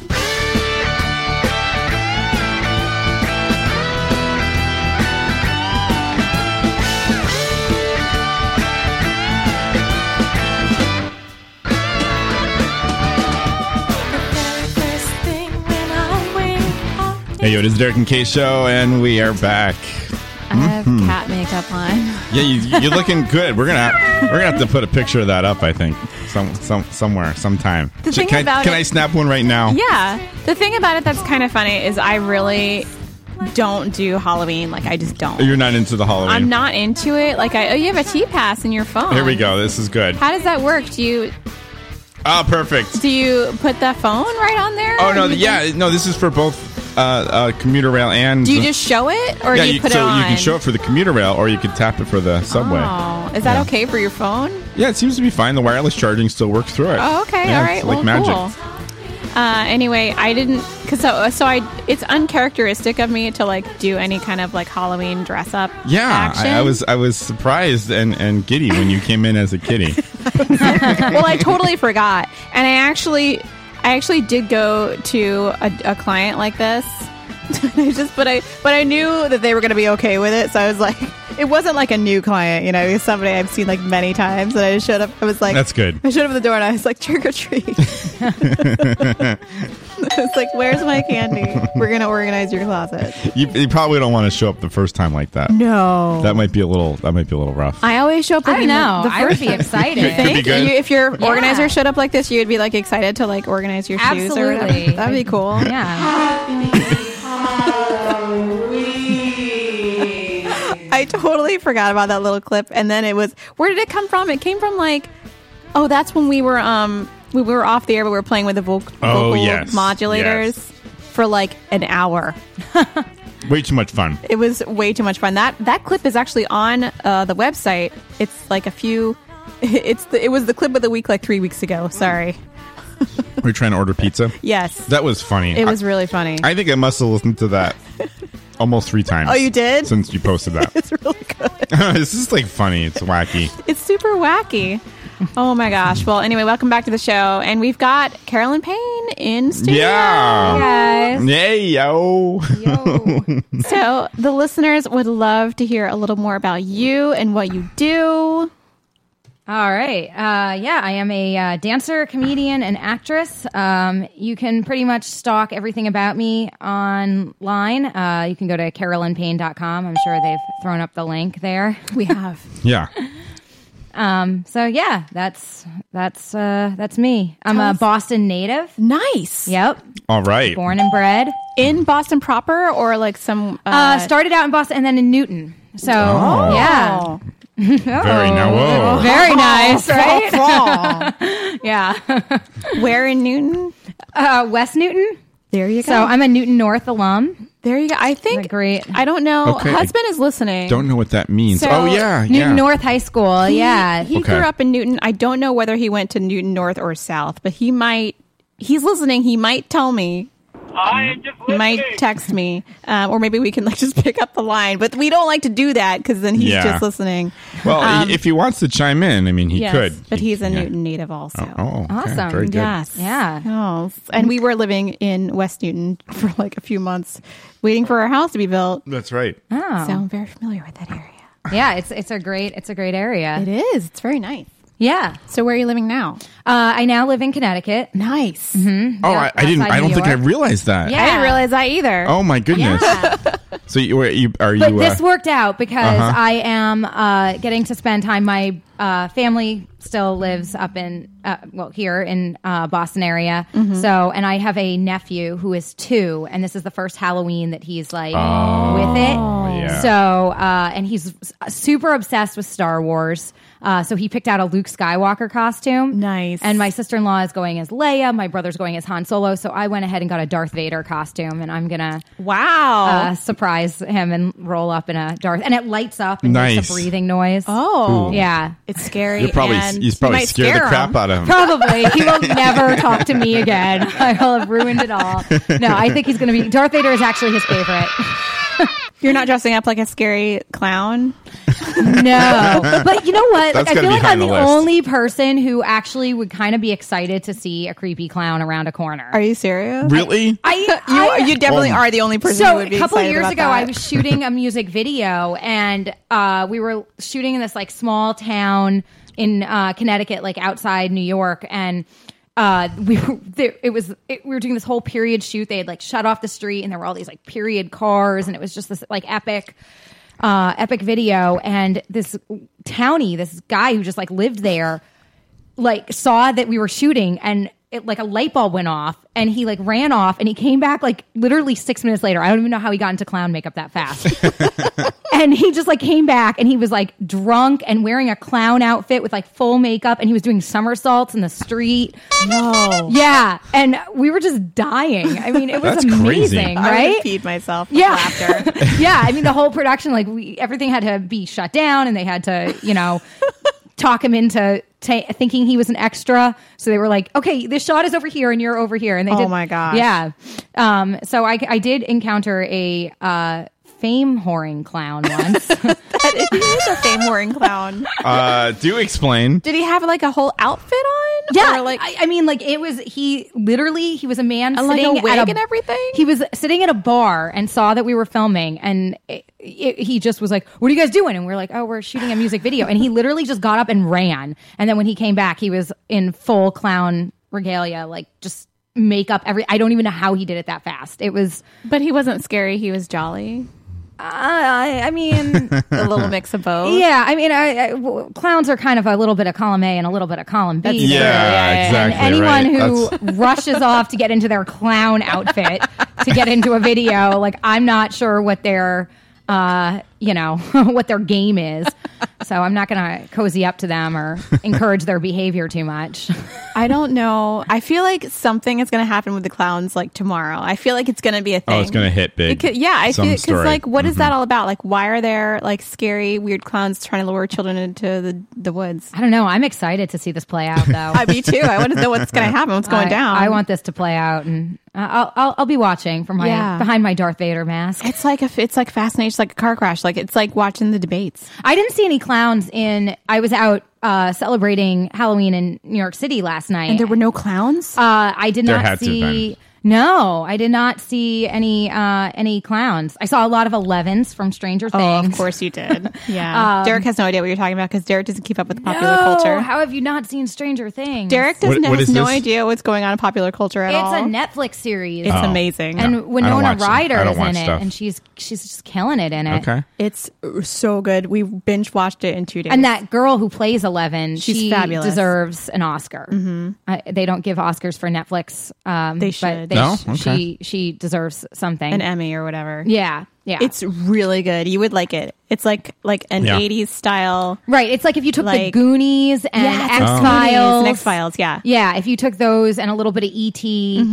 Hey, yo, it is Derek and Kay show, and we are back. Mm-hmm. I have cat makeup on. Yeah, you, you're looking good. We're gonna we're gonna have to put a picture of that up. I think some some somewhere sometime. The Should- thing can I, about can it- I snap one right now? Yeah. The thing about it that's kind of funny is I really don't do Halloween. Like I just don't. You're not into the Halloween. I'm not into it. Like I oh, you have a T pass in your phone. Here we go. This is good. How does that work? Do you Ah, perfect. do you put the phone right on there? Oh no, You the, just- yeah, no. This is for both uh, uh, commuter rail and. Do you just show it or yeah, do you, put so it on? you can show it for the commuter rail, or you can tap it for the subway. Oh, is that Yeah. okay for your phone? Yeah, it seems to be fine. The wireless charging still works through it. Oh, okay. Yeah, All right. It's like well, magic. cool. Uh, anyway, I didn't because so, so I it's uncharacteristic of me to like do any kind of like Halloween dress up. Yeah, action. I, I was I was surprised and, and giddy when you came in as a kitty. well, I totally forgot, and I actually, I actually did go to a, a client like this. I just, but I, but I knew that they were going to be okay with it, so I was like, it wasn't like a new client, you know, it was somebody I've seen like many times, and I just showed up. I was like, That's good. I showed up at the door, and I was like, trick or treat. It's like, where's my candy? We're gonna organize your closet. you, you probably don't want to show up the first time like that. No. that might be a little that might be a little rough. I always show up. I Like in the- know. The, I would first- be excited. Could- could be Think? good. You- if your organizer showed up like this, you'd be like excited to like organize your shoes. Or Absolutely. whatever. That'd be cool. I totally forgot about that little clip, and then it was where did it come from? It came from like, oh, that's when we were um we were off the air, but we were playing with the voc- vocal Oh, yes. modulators for like an hour. Way too much fun. It was way too much fun. That that clip is actually on uh, the website. It's like a few. It's the, it was the clip of the week like three weeks ago. Sorry. We're trying to order pizza. Yes. that was funny. It was I, really funny. I think I must have listened to that almost three times. Oh, you did? since you posted that. it's really good. this is like funny. It's wacky. It's super wacky. Oh my gosh. Well, anyway, welcome back to the show. And we've got Carolyn Payne in studio. Yeah. guys. Hey yo. So the listeners would love to hear a little more about you and what you do. All right. Uh, yeah, I am a uh, dancer, comedian, and actress. Um, you can pretty much stalk everything about me online. Uh, you can go to carolynpayne.com. I'm sure they've thrown up the link there. We have. yeah. Um, so yeah, that's that's uh, that's me. I'm a Boston native. Nice. Yep. All right. Born and bred in Boston proper, or like some uh, started out in Boston and then in Newton. So Oh. yeah. Very now. Whoa. Very nice, Fall, right? fall. yeah. Where in Newton? Uh, West Newton. There you go. So I'm a Newton North alum. There you go. I think great. I don't know. Okay. Husband is listening. Don't know what that means. So- oh yeah. Newton yeah. North High School. He- yeah. He grew up in Newton. I don't know whether he went to Newton North or South, but he might. He's listening. He might tell me. He might text me, um, or maybe we can like just pick up the line. But we don't like to do that because then he's Yeah. just listening. Well, Um, if he wants to chime in, I mean, he yes, could. But he's a yeah. Newton native also. Oh, okay. Very good. Yes. Yeah. Oh, and we were living in West Newton for like a few months, waiting for our house to be built. That's right. Oh. So I'm very familiar with that area. yeah, it's it's a great it's a great area. It is. It's very nice. Yeah. So where are you living now? Uh, I now live in Connecticut. Nice. Mm-hmm. Oh, I, I didn't. I don't think I realized that. Yeah. I didn't realize that either. Oh my goodness. so you, were- you are But you? this uh, worked out because Uh-huh. I am uh, getting to spend time. My uh, family still lives up in uh, well here in uh, Boston area. Mhm. So, and I have a nephew who is two, and this is the first Halloween that he's like Oh, with it. yeah. So, uh, and he's s- super obsessed with Star Wars. Uh, so he picked out a Luke Skywalker costume. Nice. And my sister in law is going as Leia. My brother's going as Han Solo. So I went ahead and got a Darth Vader costume, and I'm gonna Wow. uh, surprise him and roll up in a Darth, and it lights up and makes Nice. a breathing noise. Oh, Ooh. yeah, it's scary. You're probably- and you probably might scared the scare crap him. out of him. Probably, he will never talk to me again. I will have ruined it all. No, I think he's going to be. Darth Vader is actually his favorite. You're not dressing up like a scary clown. No, but you know what? Like, That's I gotta feel be like high I'm on the, the list. only person who actually would kind of be excited to see a creepy clown around a corner. Are you serious? Really? I, I- you, you definitely Well- are the only person So who would be a couple excited years about ago, I that. was shooting a music video, and uh, we were shooting in this like small town in uh, Connecticut, like outside New York, and. Uh, we were, there, it was it, we were doing this whole period shoot. They had like shut off the street, and there were all these like period cars, and it was just this like epic uh, Epic Video, and this townie, this guy who just like lived there, like saw that we were shooting, and it like a light bulb went off, and he like ran off, and he came back like literally six minutes later. I don't even know how he got into clown makeup that fast and he just like came back and he was like drunk and wearing a clown outfit with like full makeup and he was doing somersaults in the street. No. Yeah. And we were just dying. I mean, it was That's crazy. amazing, I right? would've peed myself with yeah. yeah. I mean, the whole production, like we, everything had to be shut down and they had to, you know, talk him into ta thinking he was an extra. So they were like, okay, this shot is over here and you're over here. And they Oh did. my gosh. Yeah. Um, so I, I did encounter a, uh, fame whoring clown once. that is a fame whoring clown. Uh, do explain. Did he have like a whole outfit on? Mm-hmm. Yeah, like I, I mean, like it was he literally he was a man And, like, a sitting wig at and everything? He was sitting at a bar and saw that we were filming, and it, it, he just was like, "What are you guys doing?" And we're like, "Oh, we're shooting a music video." And he literally just got up and ran. And then when he came back, he was in full clown regalia, like just makeup. Every I don't even know how he did it that fast. It was, but he wasn't scary. He was jolly. I, I mean, a little mix of both. Yeah, I mean, I, I- w- clowns are kind of a little bit of column A and a little bit of column B. That's Yeah, true. Yeah, yeah, yeah. exactly And anyone right. who rushes off to get into their clown outfit to get into a video, like I'm not sure what their, uh, you know, what their game is. So I'm not going to cozy up to them or encourage their behavior too much. I don't know. I feel like something is going to happen with the clowns like tomorrow. I feel like it's going to be a thing. Oh, it's gonna hit big. Because- yeah, I Some feel because story. like what is Mhm. that all about? Like, why are there like scary, weird clowns trying to lure children into the the woods? I don't know. I'm excited to see this play out, though. I me too. I want to know what's going to happen. What's going I- down? I want this to play out, and I'll I'll, I'll be watching from my Yeah. behind my Darth Vader mask. It's like a it's like fascinating. It's like a car crash. Like it's like watching the debates. I didn't see any clowns in. I was out uh, celebrating Halloween in New York City last night, And there were no clowns. Uh, I did There not had to have see. No, I did not see any uh, any clowns. I saw a lot of elevens from Stranger Things. Oh, of course you did. Yeah, Um, Derek has no idea what you're talking about because Derek doesn't keep up with popular culture. How have you not seen Stranger Things? Derek doesn't know. has no idea what's going on in popular culture at It's all. a Netflix series. It's Oh. amazing. And No, I don't Winona watch it. I Ryder don't is in watch stuff. it, and she's she's just killing it in it. It's so good. We binge watched it in two days. And that girl who plays Eleven, She's she fabulous. deserves an Oscar. Mhm. I, they don't give Oscars for Netflix. Um, They but should. they No? sh- Okay. She she deserves something. an Emmy or whatever. Yeah, yeah. It's really good. You would like it. It's like like an Yeah. 80s style. right. It's like if you took Like- the Goonies and Yeah, X it's like Goonies Files. and X-Files, yeah. yeah. If you took those and a little bit of ET,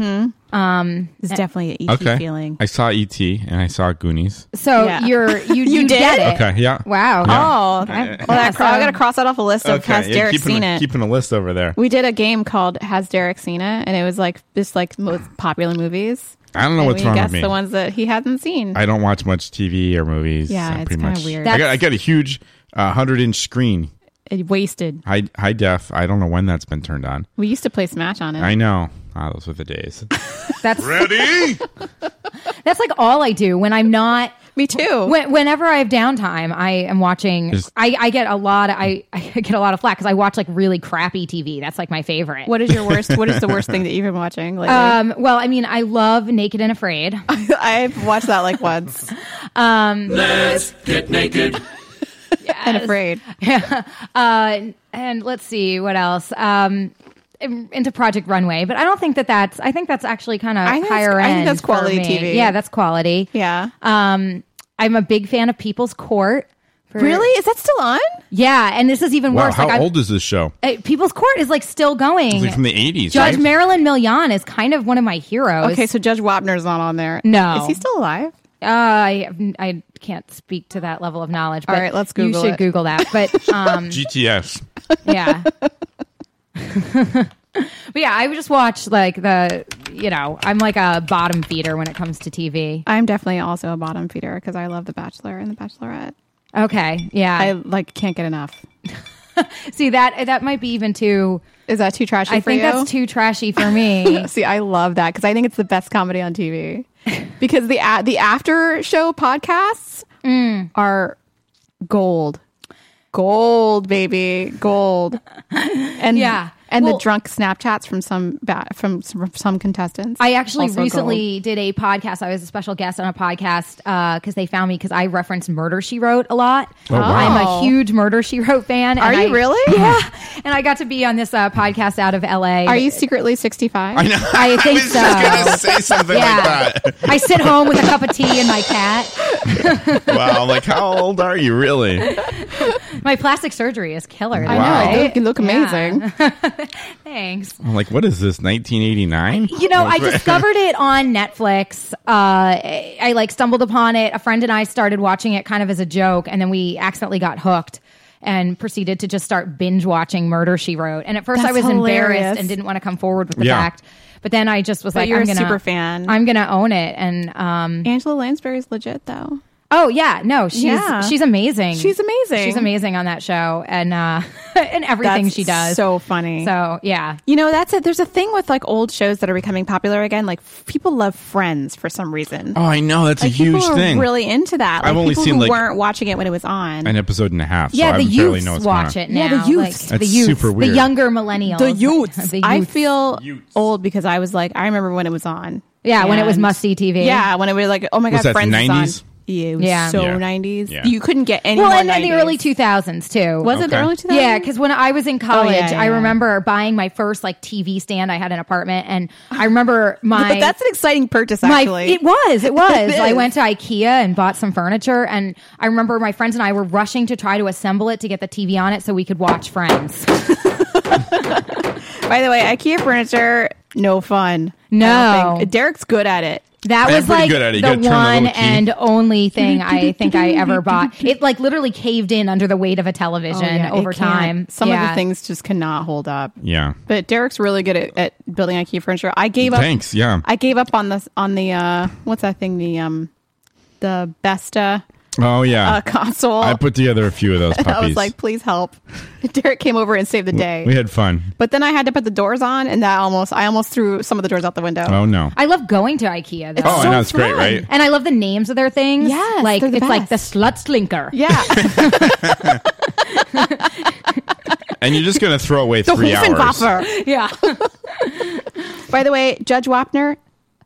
um, Mm-hmm. it's definitely an E Okay. I saw ET and I saw Goonies. So Yeah. you're you You you, get did? it. Okay, yeah. Wow. Yeah. Oh, I'm- well, that so- cro- I got to cross that off a list of has yeah, Derek keeping, seen a, it. keeping a list over there. we did a game called Has Derek Seen It, and it was like this like most popular movies. I don't know And what's we wrong with guessed me. the ones that he hasn't seen. I don't watch much TV or movies. Yeah, I'm it's pretty kinda much- weird. I got, That's- I got a huge uh, 100 inch screen, It wasted. high, high def. I don't know when that's been turned on. We used to play Smash on it. I know. Ah, those were the days. That's Ready? That's like all I do when I'm not. Me too. When, whenever I have downtime, I am watching. Just- I, I get a lot. Of, I, I get a lot of flack because I watch like really crappy TV. That's like my favorite. What is your worst? What is the worst thing that you've been watching? Like, Um, well, I mean, I love Naked and Afraid. I've watched that like once. Um, get naked. and afraid. Yeah. Uh, and let's see what else. Um, in- into Project Runway, but I don't think that that's. I think that's actually kind of I think higher that's- I end. think that's for quality me. TV. Yeah, that's quality. Yeah. Um, I'm a big fan of People's Court. for- Really? Is that still on? Yeah, and this is even wow, worse. how like, I've- old is this show? Uh, People's Court is like still going. It's like from the 80s. Judge right? Marilyn Millian is kind of one of my heroes. Okay, so Judge Wapner's not on there. No. Is he still alive? Uh, I I can't speak to that level of knowledge. But All right, let's You Google should it. Google that. But um, GTS. yeah. but yeah, I would just watch like the you know I'm like a bottom feeder when it comes to TV. I'm definitely also a bottom feeder because I love The Bachelor and The Bachelorette. Okay, yeah. I like can't get enough. See that that might be even too. Is that too trashy? I for think you? that's too trashy for me. See, I love that because I think it's the best comedy on TV. because the a- the after show podcasts Mm. are gold, gold, baby, gold. And Yeah. and Well- the drunk Snapchats from some ba- from s- from some contestants. I actually Also recently did a podcast. I was a special guest on a podcast because they found me because I reference Murder She Wrote a lot. Oh, wow. I'm Oh. a huge Murder She Wrote fan. Are and you I- really? Yeah. And I got to be on this uh, podcast out of LA. Are you secretly sixty five? I know. I think so. say something Yeah. like that. I sit home with a cup of tea and my cat. Wow, like how old are you really? My plastic surgery is killer. I know, Wow. you look- you look amazing. Thanks. I'm like, what is this? 1989? You know, I discovered it on Netflix. Uh, I, I, like stumbled upon it. A friend and I started watching it kind of as a joke, and then we accidentally got hooked and proceeded to just start binge watching Murder She Wrote. And at first, I That's was hilarious. embarrassed and didn't want to come forward with the Yeah. fact. But then I just was But like, you're I'm a gonna, super fan. I'm gonna own it. And um, Angela Lansbury's legit though. Oh yeah, no, she's Yeah. she's amazing. She's amazing. She's amazing on that show, and uh, and everything That's she does. so funny. So yeah, You know, that's it. There's a thing with like old shows that are becoming popular again. Like f- people love Friends for some reason. Oh, I know. That's a Like, people huge are thing. Really into that. Like, I've only people seen, who like- weren't watching it when it was on. an episode and a half. Yeah, so the I barely youths know what's watch it going on. now. Yeah, the like, youths. the That's youths, super weird. The younger millennials, The youths. the I youths. feel old because I was like, I remember when it was on. Yeah, when it was And- must-see TV. Yeah, when it was like, oh my Was god, that the Friends is on. 90s? Yeah, it was Yeah. so Yeah. 90s. Yeah. You couldn't get any well, more and then the 90s. early 2000s too. Was it the Okay. early 2000s? Yeah, because when I was in college, yeah, I yeah. remember buying my first like TV stand. I had an apartment, and I remember my. But that's an exciting purchase, My- actually. it was. It was. It I is. went to IKEA and bought some furniture, and I remember my friends and I were rushing to try to assemble it to get the TV on it so we could watch Friends. By the way, IKEA furniture, no fun. No. I don't think- Derek's good at it. That I'm was pretty like good at it. You the gotta turn the one little key. and only thing I think I ever bought. It like literally caved in under the weight of a television Oh, yeah, over it can. time. Some of Yeah. the things just cannot hold up. Yeah. But Derek's really good at, at building IKEA furniture. I gave up. Thanks, yeah. I gave up on this on the uh what's that thing the um the Besta Oh, yeah. uh, console. I put together a few of those And puppies. I was like, please help. Derek came over and saved the day. we had fun. but then I had to put the doors on, and that almost I almost threw some of the doors out the window. Oh, no. I love going to IKEA. Though. Oh, I know, it's great, right? And I love the names of their things. Yes, like they're the it's like the slut slinker. Yeah, And you're just going to throw away the three hours. Hosenwaffer. yeah. By the way, Judge Wapner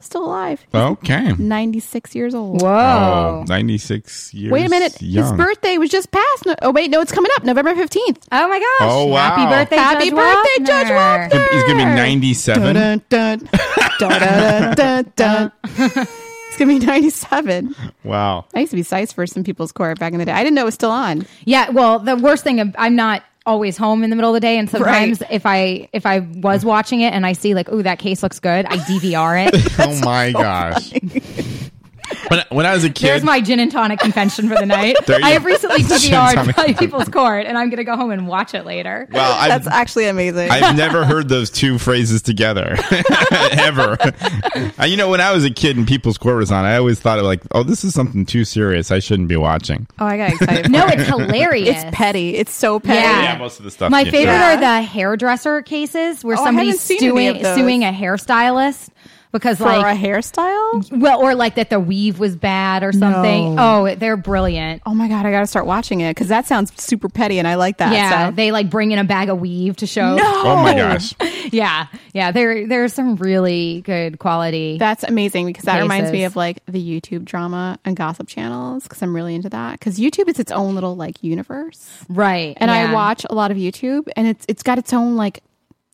still alive. Okay. Ninety six years old. Oh, 96 years. Wait a minute. His young. birthday was just past. No- oh, wait. No, it's coming up November 15th. Oh, my gosh. Oh, wow. Happy birthday, Happy Judge birthday, Judge Wapner. He's going to be 97. Dun, dun, dun, dun, dun, dun. It's going to be 97. Wow. I used to be sized for some people's court back in the day. I didn't know it was still on. Yeah, well, the worst thing I'm not always home in the middle of the day and sometimes if I if I was watching it and I see like, "Ooh, that case looks good." I DVR it. Oh, my gosh. When, when I was a kid. There's my gin and tonic convention for the night. There you I go. have recently Gin and DVR'd tonic by People's Court, and I'm going to go home and watch it later. Wow, I've- That's actually amazing. I've never heard those two phrases together ever. Uh, you know, when I was a kid and People's Court was on, I always thought of like, oh, this is something too serious. I shouldn't be watching. Oh, I got excited. No, it's hilarious. It's petty. It's so petty. Yeah. Yeah, most of the stuff. My yeah. favorite are the hairdresser cases where Oh, I somebody's haven't seen any suing of those. suing a hairstylist because For like a hairstyle? well, or like that the weave was bad or something. No. Oh, they're brilliant. Oh my God, I got to start watching it because that sounds super petty and I like that. yeah, So. they like bring in a bag of weave to show. No! Oh my gosh. yeah, yeah. There, there's some really good quality. That's amazing because that reminds me Cases. of like the YouTube drama and gossip channels because I'm really into that. Because YouTube is its own little like universe. right. and I yeah. watch a lot of YouTube, and it's it's got its own like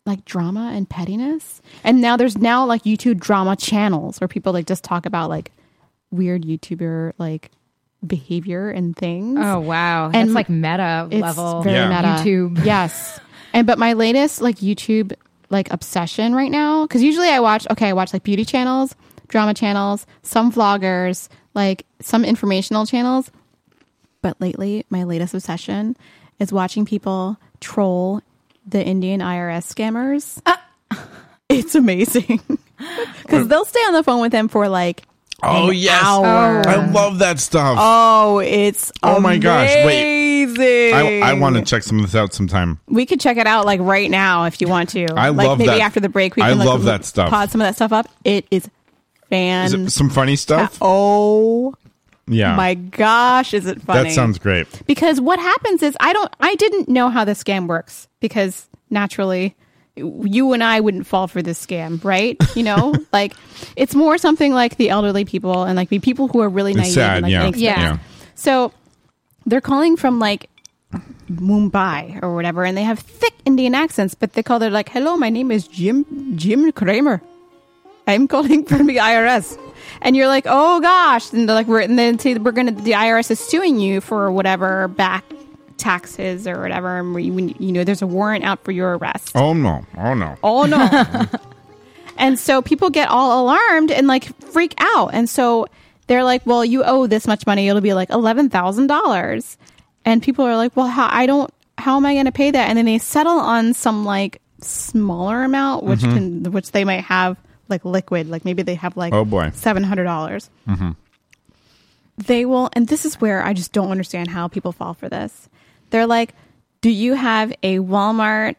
like drama and pettiness. And now there's now like YouTube drama channels where people like just talk about like weird YouTuber like behavior and things. Oh wow, And that's like meta it's level. very meta. YouTube. Yes, and but my latest like YouTube like obsession right now because usually I watch okay I watch like beauty channels, drama channels, some vloggers, like some informational channels. But lately, my latest obsession is watching people troll the Indian IRS scammers. Uh. It's amazing because they'll stay on the phone with them for like Oh, an yes. hour. I love that stuff. Oh, it's Oh my gosh, wait. amazing. I, I want to check some of this out sometime. We could check it out like right now if you want to. I like, love maybe that. after the break. We I can like, love that stuff. Pod some of that stuff up. It is Is fan. it some funny stuff? oh Yeah. my gosh, is it funny? That sounds great. Because what happens is I don't. I didn't know how the scam works because naturally you and I wouldn't fall for this scam, right? You know, like it's more something like the elderly people and like the people who are really It's naive. sad, and, like, yeah. inexperienced. Yeah. So they're calling from like Mumbai or whatever, and they have thick Indian accents, but they call. They're like, "Hello, my name is Jim Jim Kramer. I'm calling from the IRS." And you're like, "Oh gosh!" And they're like, "We're and then say we're gonna the IRS is suing you for whatever back taxes or whatever, and we, we, you know there's a warrant out for your arrest." Oh no! Oh no! Oh no. and so people get all alarmed and like freak out. And so they're like, well, you owe this much money. It'll be like $11,000. And people are like, well, how I don't how am I going to pay that? And then they settle on some like smaller amount which Mhm. can which they might have like liquid, like maybe they have like Oh, boy. $700 Mm-hmm. they will and this is where i just don't understand how people fall for this they're like do you have a walmart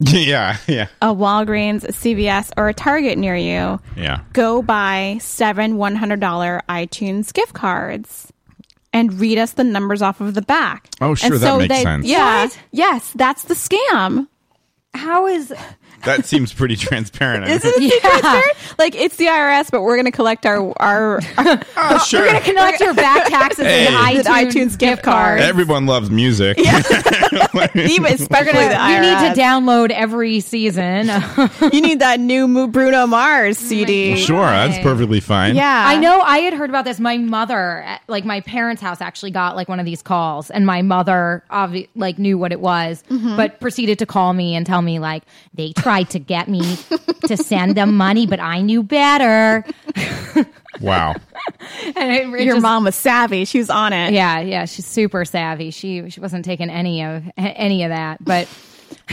yeah, yeah, a walgreens a cvs or a target near you yeah. go buy seven $100 itunes gift cards and read us the numbers off of the back Oh, sure, And that makes sense. yeah yes that's the scam how is That seems pretty transparent. isn't it yeah. like it's the IRS, but we're going to collect our our. our sure. We're going to collect your back taxes Hey. and and iTunes, gift cards. Everyone loves music. Even especially We're the gonna- you need to download every season. you need that new Mu- Bruno Mars CD. sure, that's perfectly fine. I know I had heard about this. My mother, at- like my parents' house, actually got like one of these calls, and my mother obvi- like knew what it was, Mhm. but proceeded to call me and tell me like they tried to get me to send them money, but I knew better. Wow. And it, Your mom was savvy. She was on it. Yeah, yeah, she's super savvy. She she wasn't taking any of any of that, but.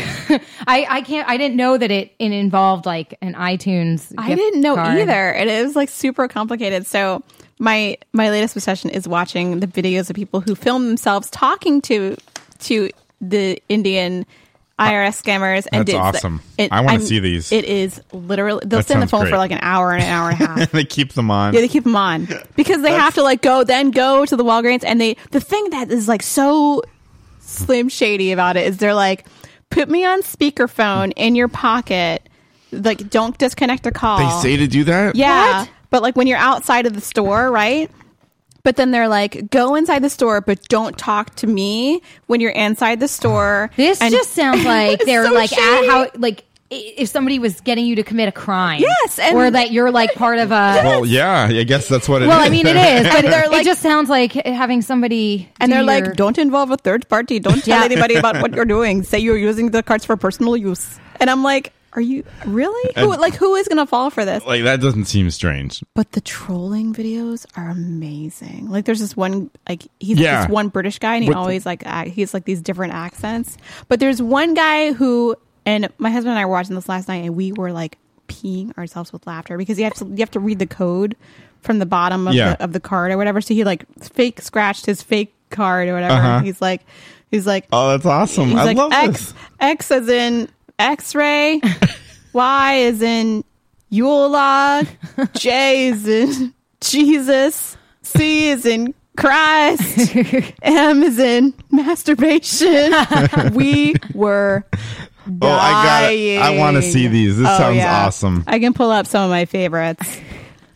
I, I can't. I didn't know that it, it involved like an iTunes. I gift didn't know card. either, and it was like super complicated. So my my latest obsession is watching the videos of people who film themselves talking to to the Indian IRS scammers. And Uh, That's it's- awesome. I wanna I'm- see these. It is literally they'll That stay on the sounds phone great. for like an hour and an hour and a half. they keep them on. Yeah, they keep them on because they have to like go then go to the Walgreens and they the thing that is like so slim shady about it is they're like put me on speakerphone in your pocket like don't disconnect the call. They say to do Uh, that? yeah, but like when you're outside of the store, right? But then they're like, go inside the store, but don't talk to me when you're inside the store. This just sounds like It's they're so like at shady. how like i- if somebody was getting you to commit a crime. Yes, and- or that you're like part of a. Well, yeah, I guess that's what it is. Well, I mean, it is, but And they're it like- just sounds like having somebody. And do they're your- like, don't involve a third party. Don't tell Yeah. anybody about what you're doing. Say you're using the cards for personal use. And I'm like, are you really? Who, And- like, who is going to fall for this? like that doesn't seem strange. But the trolling videos are amazing. Like, there's this one, like, he's Yeah. this one British guy, and he What- always like ac- he's like these different accents. But there's one guy who, and my husband and I were watching this last night, and we were like peeing ourselves with laughter because you have to you have to read the code from the bottom of Yeah. the, of the card or whatever. So he like fake scratched his fake card or whatever. Uh-huh. He's like, he's like, Oh, that's awesome. he's I like love X this. X as in X-ray, Y is in Yule log, J is in Jesus, C is in Christ, M is in masturbation. we were dying. Oh, I got it. I want to see these. This Oh, sounds yeah. awesome. I can pull up some of my favorites.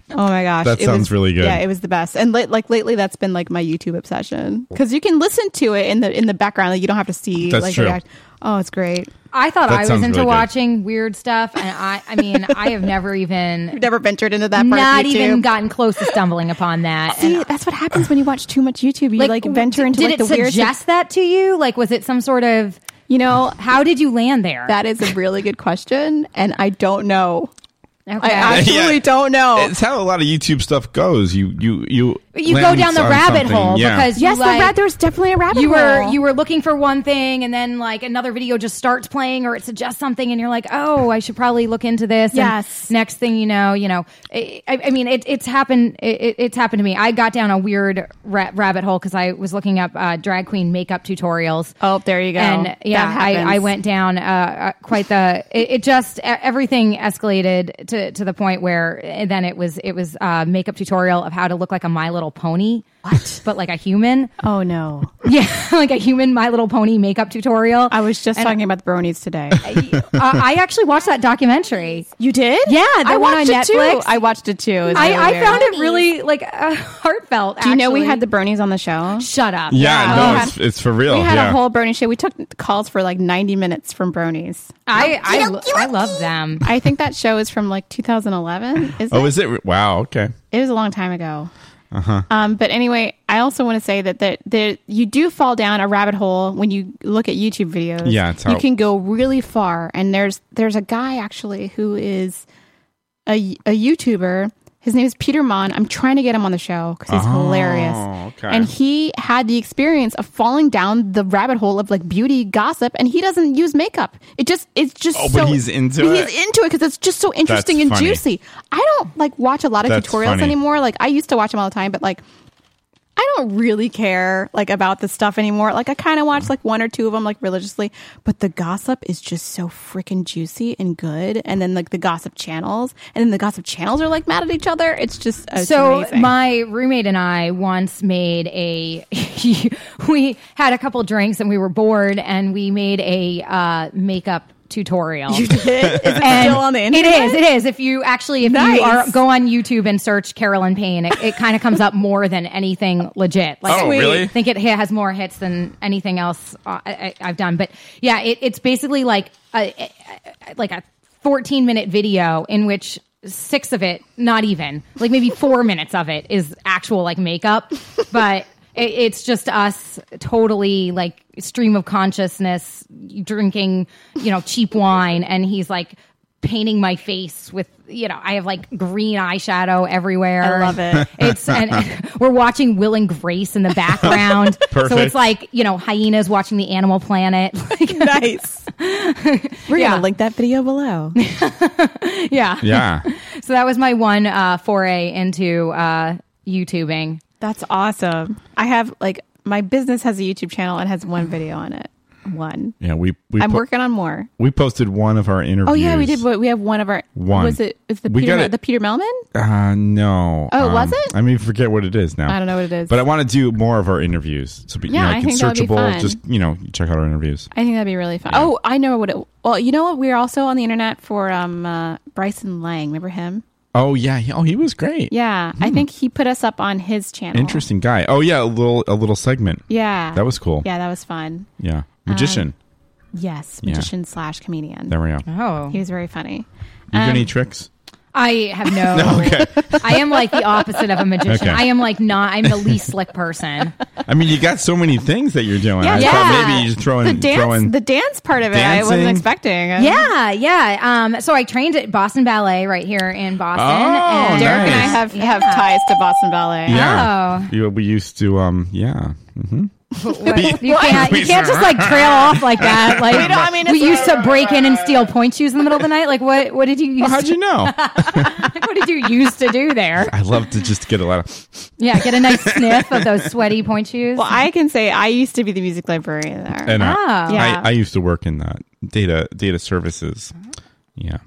Oh my gosh, That sounds was, really good. Yeah, it was the best. And lit like lately, that's been like my YouTube obsession because you can listen to it in the in the background. Like you don't have to see. That's like, true. the act- Oh, it's great. I thought That I was sounds into really good. watching weird stuff, and I, I mean, I have never even never ventured into that. Not part of YouTube. even gotten close to stumbling upon that. See, that's what happens when you watch too much YouTube. You like, venture into did like it the weird. suggest that to you? Like, was it some sort of you know? How did you land there? That is a really good question, and I don't know. Okay. I actually Yeah. don't know. It's how a lot of YouTube stuff goes. You you you you go land down the on rabbit something. hole Yeah. because Yes, you the like, rat- there's definitely a rabbit you were hole. you were looking for one thing and then like another video just starts playing or it suggests something and you're like oh I should probably look into this And Yes. next thing you know you know I, I I mean it, it's happened it, it- it's happened to me I got down a weird ra- rabbit hole because I was looking up uh, drag queen makeup tutorials oh there you go. and That yeah happens. I, I went down uh, uh, quite the it, it just e- everything escalated to, to the point where uh, then it was it was uh, makeup tutorial of how to look like a my little pony what but like a human Oh no yeah, like a human My Little Pony makeup tutorial. I was Just talking about the bronies today. I, I actually watched that documentary. You did? Yeah, the I one on watched it Netflix. too. I watched it too. It was I, really I weird. found it really like uh, heartfelt. Do you know we had the Bernies on the show? Shut up! Yeah, no, Uh, We it's- it's for real, We had yeah. a whole brony show. We took calls for like 90 minutes from bronies. I I, lo- I love them. I think that show is from like 2011. Is Oh, it? is it? Wow. Okay. It was a long time ago. Uh huh. Um, but anyway, I also want to say that that there, you do fall down a rabbit hole when you look at YouTube videos. Yeah, it's you how- can go really far, and there's there's a guy actually who is a a YouTuber. His name is Peter Mon. I'm trying to get him on the show because he's Oh, hilarious. okay. And he had the experience of falling down the rabbit hole of like beauty gossip, and he doesn't use makeup. It just it's just Oh, so but he's into he's it? into it because it's just so interesting and funny. juicy. I don't like watch a lot of That's tutorials funny. anymore. Like I used to watch them all the time, but like I don't really care like about this stuff anymore. Like I kind of watch like one or two of them like religiously, but the gossip is just so freaking juicy and good. And then like the gossip channels, and then the gossip channels are like mad at each other. It's just oh, it's so amazing. my roommate and I once made a we had a couple drinks and we were bored and we made a uh, makeup tutorial. You did? Is it still on the It internet? is. It is. If you actually if Nice. you are go on YouTube and search Carolyn Payne, it, it kind of comes up more than anything legit. Oh, Sweet. really? I think it ha- has more hits than anything else uh, I, I, I've done. But yeah, it, it's basically like a, a- a- like a 14 minute video in which six of it, not even like maybe four minutes of it is actual like makeup, but it, it's just us totally like stream of consciousness drinking, you know, cheap wine, and he's like painting my face with you know i have like green eyeshadow everywhere I love it. it's and we're watching will and grace in the background so Perfect. it's like you know hyenas watching the animal planet like, nice we're yeah gonna link that video below. yeah Yeah. so that was my one uh foray into uh youtubing That's awesome. I have like my business has a YouTube channel and has one video on it. One. Yeah. We we I'm po- working on more. We posted one of our interviews. Oh yeah, we did. We have one of our. One. Was it? It's the We Peter. got Mel- it. The Peter Melman. Uh, no. um, Oh, was it? I mean, forget what it is now. I don't know what it is. But uh, I want to do more of our interviews. So, be, Yeah, I you know, think it's that would be searchable. fun. Just, you know, check out our interviews. I think that'd be really fun. Oh, I know what it. Well, you know what? We are also on the internet for um uh, Bryson Lang. Remember him? Oh, yeah. He- Oh, he was great. Yeah, Hmm. I think he put us up on his channel. Interesting guy. Oh, yeah. A little, a little segment. Yeah, That was cool. Yeah, that was fun. Um, Yeah. Magician. Yes, Yeah. magician slash comedian. There we go. Oh, he was very funny. you got Um, any tricks? I have no. okay. I am like the opposite of a magician. Okay. I am like not. I'm the least slick person. I mean, you got so many things that you're doing. I Yeah. thought maybe you just throwing, The dance- throwing. the dance part of it, I wasn't Dancing. expecting. Yeah, yeah. Um, so I trained at Boston Ballet right here in Boston. Oh, and Derek and I nice. have have ties to Boston Ballet. Oh. yeah. You, we used to, um, yeah. hmm You can't, you can't just like trail off like that. Like We don't- I mean, we it's- used to break in and steal point shoes in the middle of the night. Like what? What did you? Use how'd you know? what did you used to do there? I love to just get a lot of. Yeah, get a nice sniff of those sweaty point shoes. Well, I can say I used to be the music librarian there. And uh, I, Oh. Yeah. I, I used to work in that data data services. Yeah.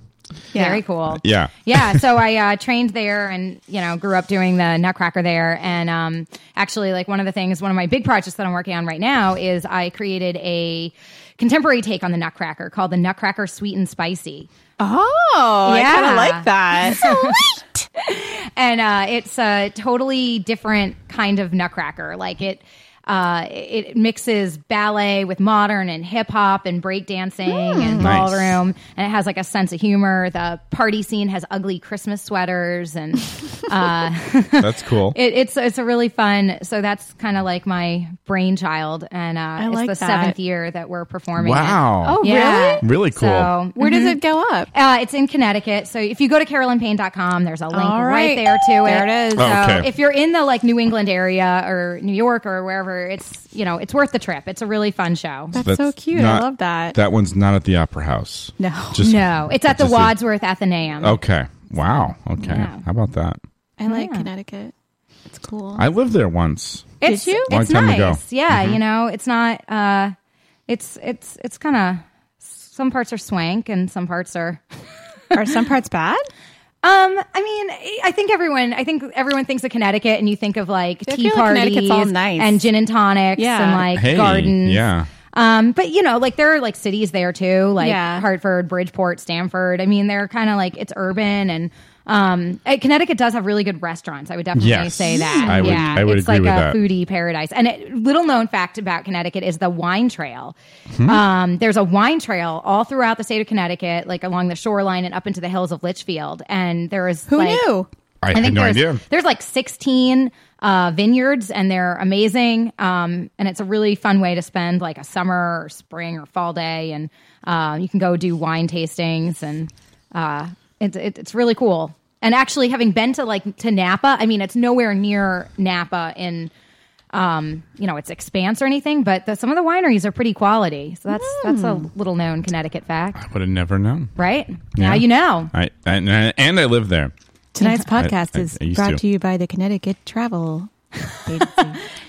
Very cool. Yeah. yeah so i uh, trained there and you know grew up doing the nutcracker there and um, actually like one of the things one of my big projects that i'm working on right now is i created a contemporary take on the nutcracker called the nutcracker sweet and spicy Oh, I kind of Yeah. like that. and uh, it's a totally different kind of nutcracker like it uh, it mixes ballet with modern and hip hop and breakdancing and Hmm. Nice. ballroom, and it has like a sense of humor. The party scene has ugly Christmas sweaters, and uh, That's cool. It, it's it's a really fun. So that's kind of like my brainchild, and uh, like it's the that. seventh year that we're performing. it. Wow. Oh, Yeah. really? Really cool. Where does it go up? Uh, it's in Connecticut. So if you go to carolinpain.com, there's a link All right. right. there to it. There it is. Oh, So Okay. if you're in the like New England area or New York or wherever, it's you know it's worth the trip. It's a really fun show. not- That one's not at the Opera House. No, Just- no, oh, it's at the just a- Oh. Wadsworth Athenaeum. Okay. Wow. Okay. Yeah. How about that? I like Connecticut. It's cool. I lived there once. It's you? Long It's time nice. ago. Yeah, Mhm. Mm-hmm. you know, it's not. uh It's it's it's kind of some parts are swank and some parts are are some parts bad. Um, I mean, I think everyone, I think everyone thinks of Connecticut, and you think of like I tea feel like parties Connecticut's all nice. and gin and tonics Yeah. and like Hey, gardens. Yeah. Um, but you know, like there are like cities there too, like Yeah. Hartford, Bridgeport, Stanford. I mean, they're kind of like it's urban and um, eh, Connecticut does have really good restaurants. I would definitely Yes. say that. I would- yeah, I would it's agree like with a that. foodie paradise. And a little known fact about Connecticut is the wine trail. Hmm. Um, there's a wine trail all throughout the state of Connecticut, like along the shoreline and up into the hills of Litchfield. And there is who knew? I had no there's, idea. There's like 16 uh, vineyards, and they're amazing. Um, and it's a really fun way to spend like a summer or spring or fall day, and uh, you can go do wine tastings, and uh, it's it, it's really cool. And actually, having been to like to Napa, I mean, it's nowhere near Napa in. Um, you know, it's expanse or anything, but the, some of the wineries are pretty quality. So that's Hmm. that's a little known Connecticut fact, Would have never known. right? Yeah. Now you know. I, and and I live there. Tonight's I- podcast I- is I used brought to. to. you by the Connecticut Travel.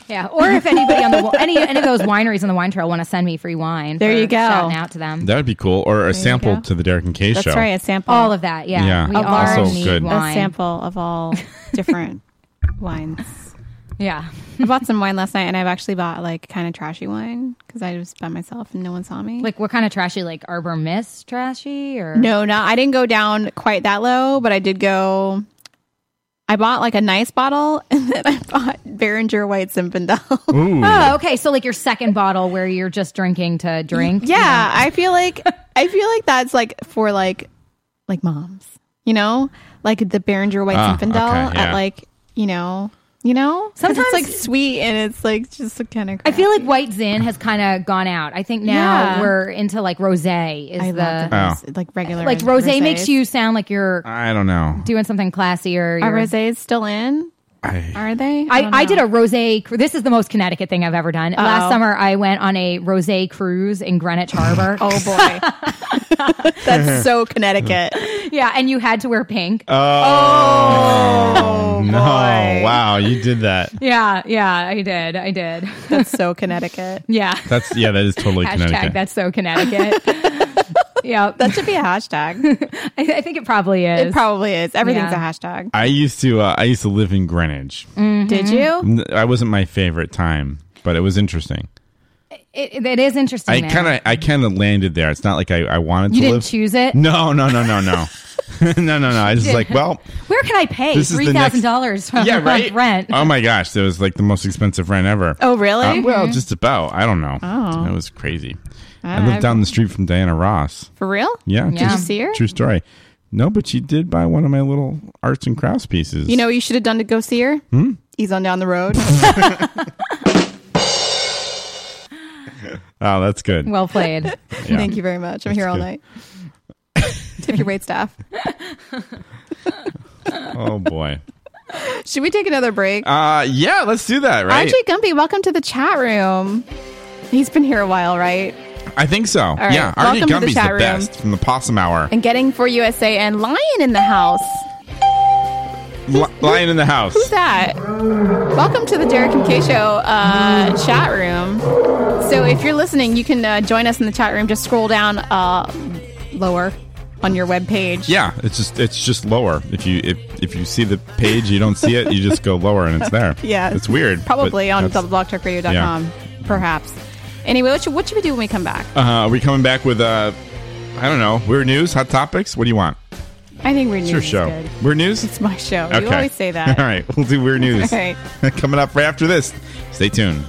Yeah, or if anybody on the any any of those wineries on the wine trail want to send me free wine, There for you go. Shouting out to them. That would be cool, or a sample to the Derek and Kay show. sample. All of that, yeah. Yeah, We Of are also need good. A wine. A sample of all different wines. Yeah. I bought some wine last night, and I've actually bought like kind of trashy wine because I was by myself and no one saw me. Like what kind of trashy? Like Arbor Mist trashy or No, no, I didn't go down quite that low, but I did go. I bought like a nice bottle, and then I bought Behringer White Zinfandel. Oh, okay. So like your second bottle where you're just drinking to drink. Yeah, I feel like I feel like that's like for like like moms, you know, like the Behringer White Ah, Zinfandel okay, yeah. at like you know, you know, 'Cause Sometimes- it's like sweet and it's like just kind of. I feel like white zin has kind of gone out. I think now Yeah. we're into like rosé is I the love Oh. like regular like rosé rosés. makes you sound like you're I don't know. doing something classier. Are you're- rosés still in? I, Are they? I, don't I know. did a rosé. cru- This is the most Connecticut thing I've ever done. Last Uh-oh. summer, I went on a rosé cruise in Greenwich Harbor. oh boy, that's so Connecticut. yeah, and you had to wear pink. Oh, no! Wow, you did that. Yeah, yeah, I did. I did. That's so Connecticut. Yeah. That's yeah. That is totally Hashtag Connecticut. that's so Connecticut. yeah, that should be a hashtag. I, I think it probably is. It probably is. Everything's Yeah. a hashtag. I used to. Uh, I used to live in Greenwich. Mm-hmm. Did you? N- I wasn't my favorite time, but it was interesting. It, it is interesting. I man. kind of. I kind of landed there. It's not like I, I wanted You to didn't live. choose it? No, no, no, no, no, no, no, no. I was just like, well, Where can I pay This is three the next- thousand dollars for yeah, right. rent? Oh my gosh, that was like the most expensive rent ever. Oh, really? Uh, well, Mhm. just about. I don't know. Oh. It was crazy. I Uh, lived I've- down the street from Diana Ross. For real? Yeah. Did you see her? True story. No, but she did buy one of my little arts and crafts pieces. You know what you should have done to go see her? Hmm? Ease on down the road. Oh, that's good. Well played. Yeah. Thank you very much. I'm That's here all good. night. Tip your wait staff. oh boy. Should we take another break? Uh yeah, let's do that, right? RJ Gumpy, welcome to the chat room. He's been here a while, right? I think so. right. Yeah. Welcome RJ to the Gumby's the, chat room. best from the possum hour. And getting for USA and Lion in the house. Li- lion in the house. Who's that? Welcome to the Derek and Kay Show uh, chat room. So if you're listening, you can uh, join us in the chat room. Just scroll down uh, lower on your webpage. Yeah, it's just it's just lower. If you if, if you see the page, you don't see it, you just go lower and it's there. Yeah. It's weird. but Probably on that's- doubleblogtalkradio.com, Yeah. perhaps. Anyway, what should, what should we do when we come back? Uh, are we coming back with uh, I don't know, weird news, hot topics? What do you want? I think we're news. It's your is show. good. Weird news. It's my show. You always say that. All right, we'll do weird news. All right. coming up right after this. Stay tuned.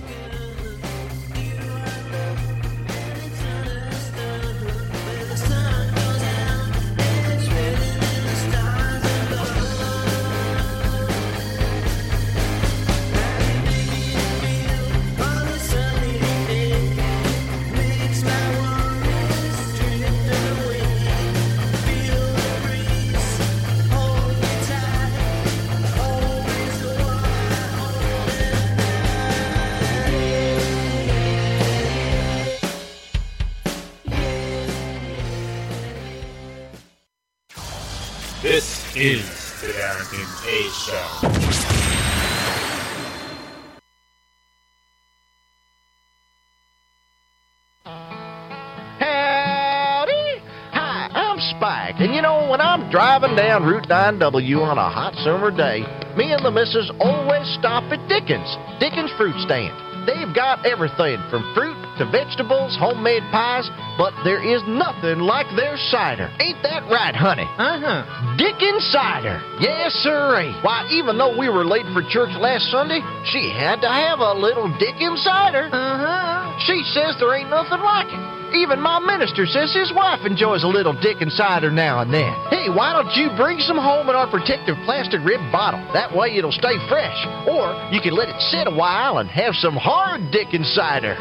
This is the Derek and Kay Show. Howdy! Hi, I'm Spike, and you know when I'm driving down Route 9W on a hot summer day, me and the missus always stop at Dickens, Dickens Fruit Stand. They've got everything from fruit to vegetables, homemade pies, but there is nothing like their cider. Ain't that right, honey? Uh huh. Dickens cider. Yes, sirree. Why, even though we were late for church last Sunday, she had to have a little Dickens cider. Uh huh. She says there ain't nothing like it. Even my minister says his wife enjoys a little dick and cider now and then. Hey, why don't you bring some home in our protective plastic rib bottle? That way it'll stay fresh. Or you can let it sit a while and have some hard dick and cider.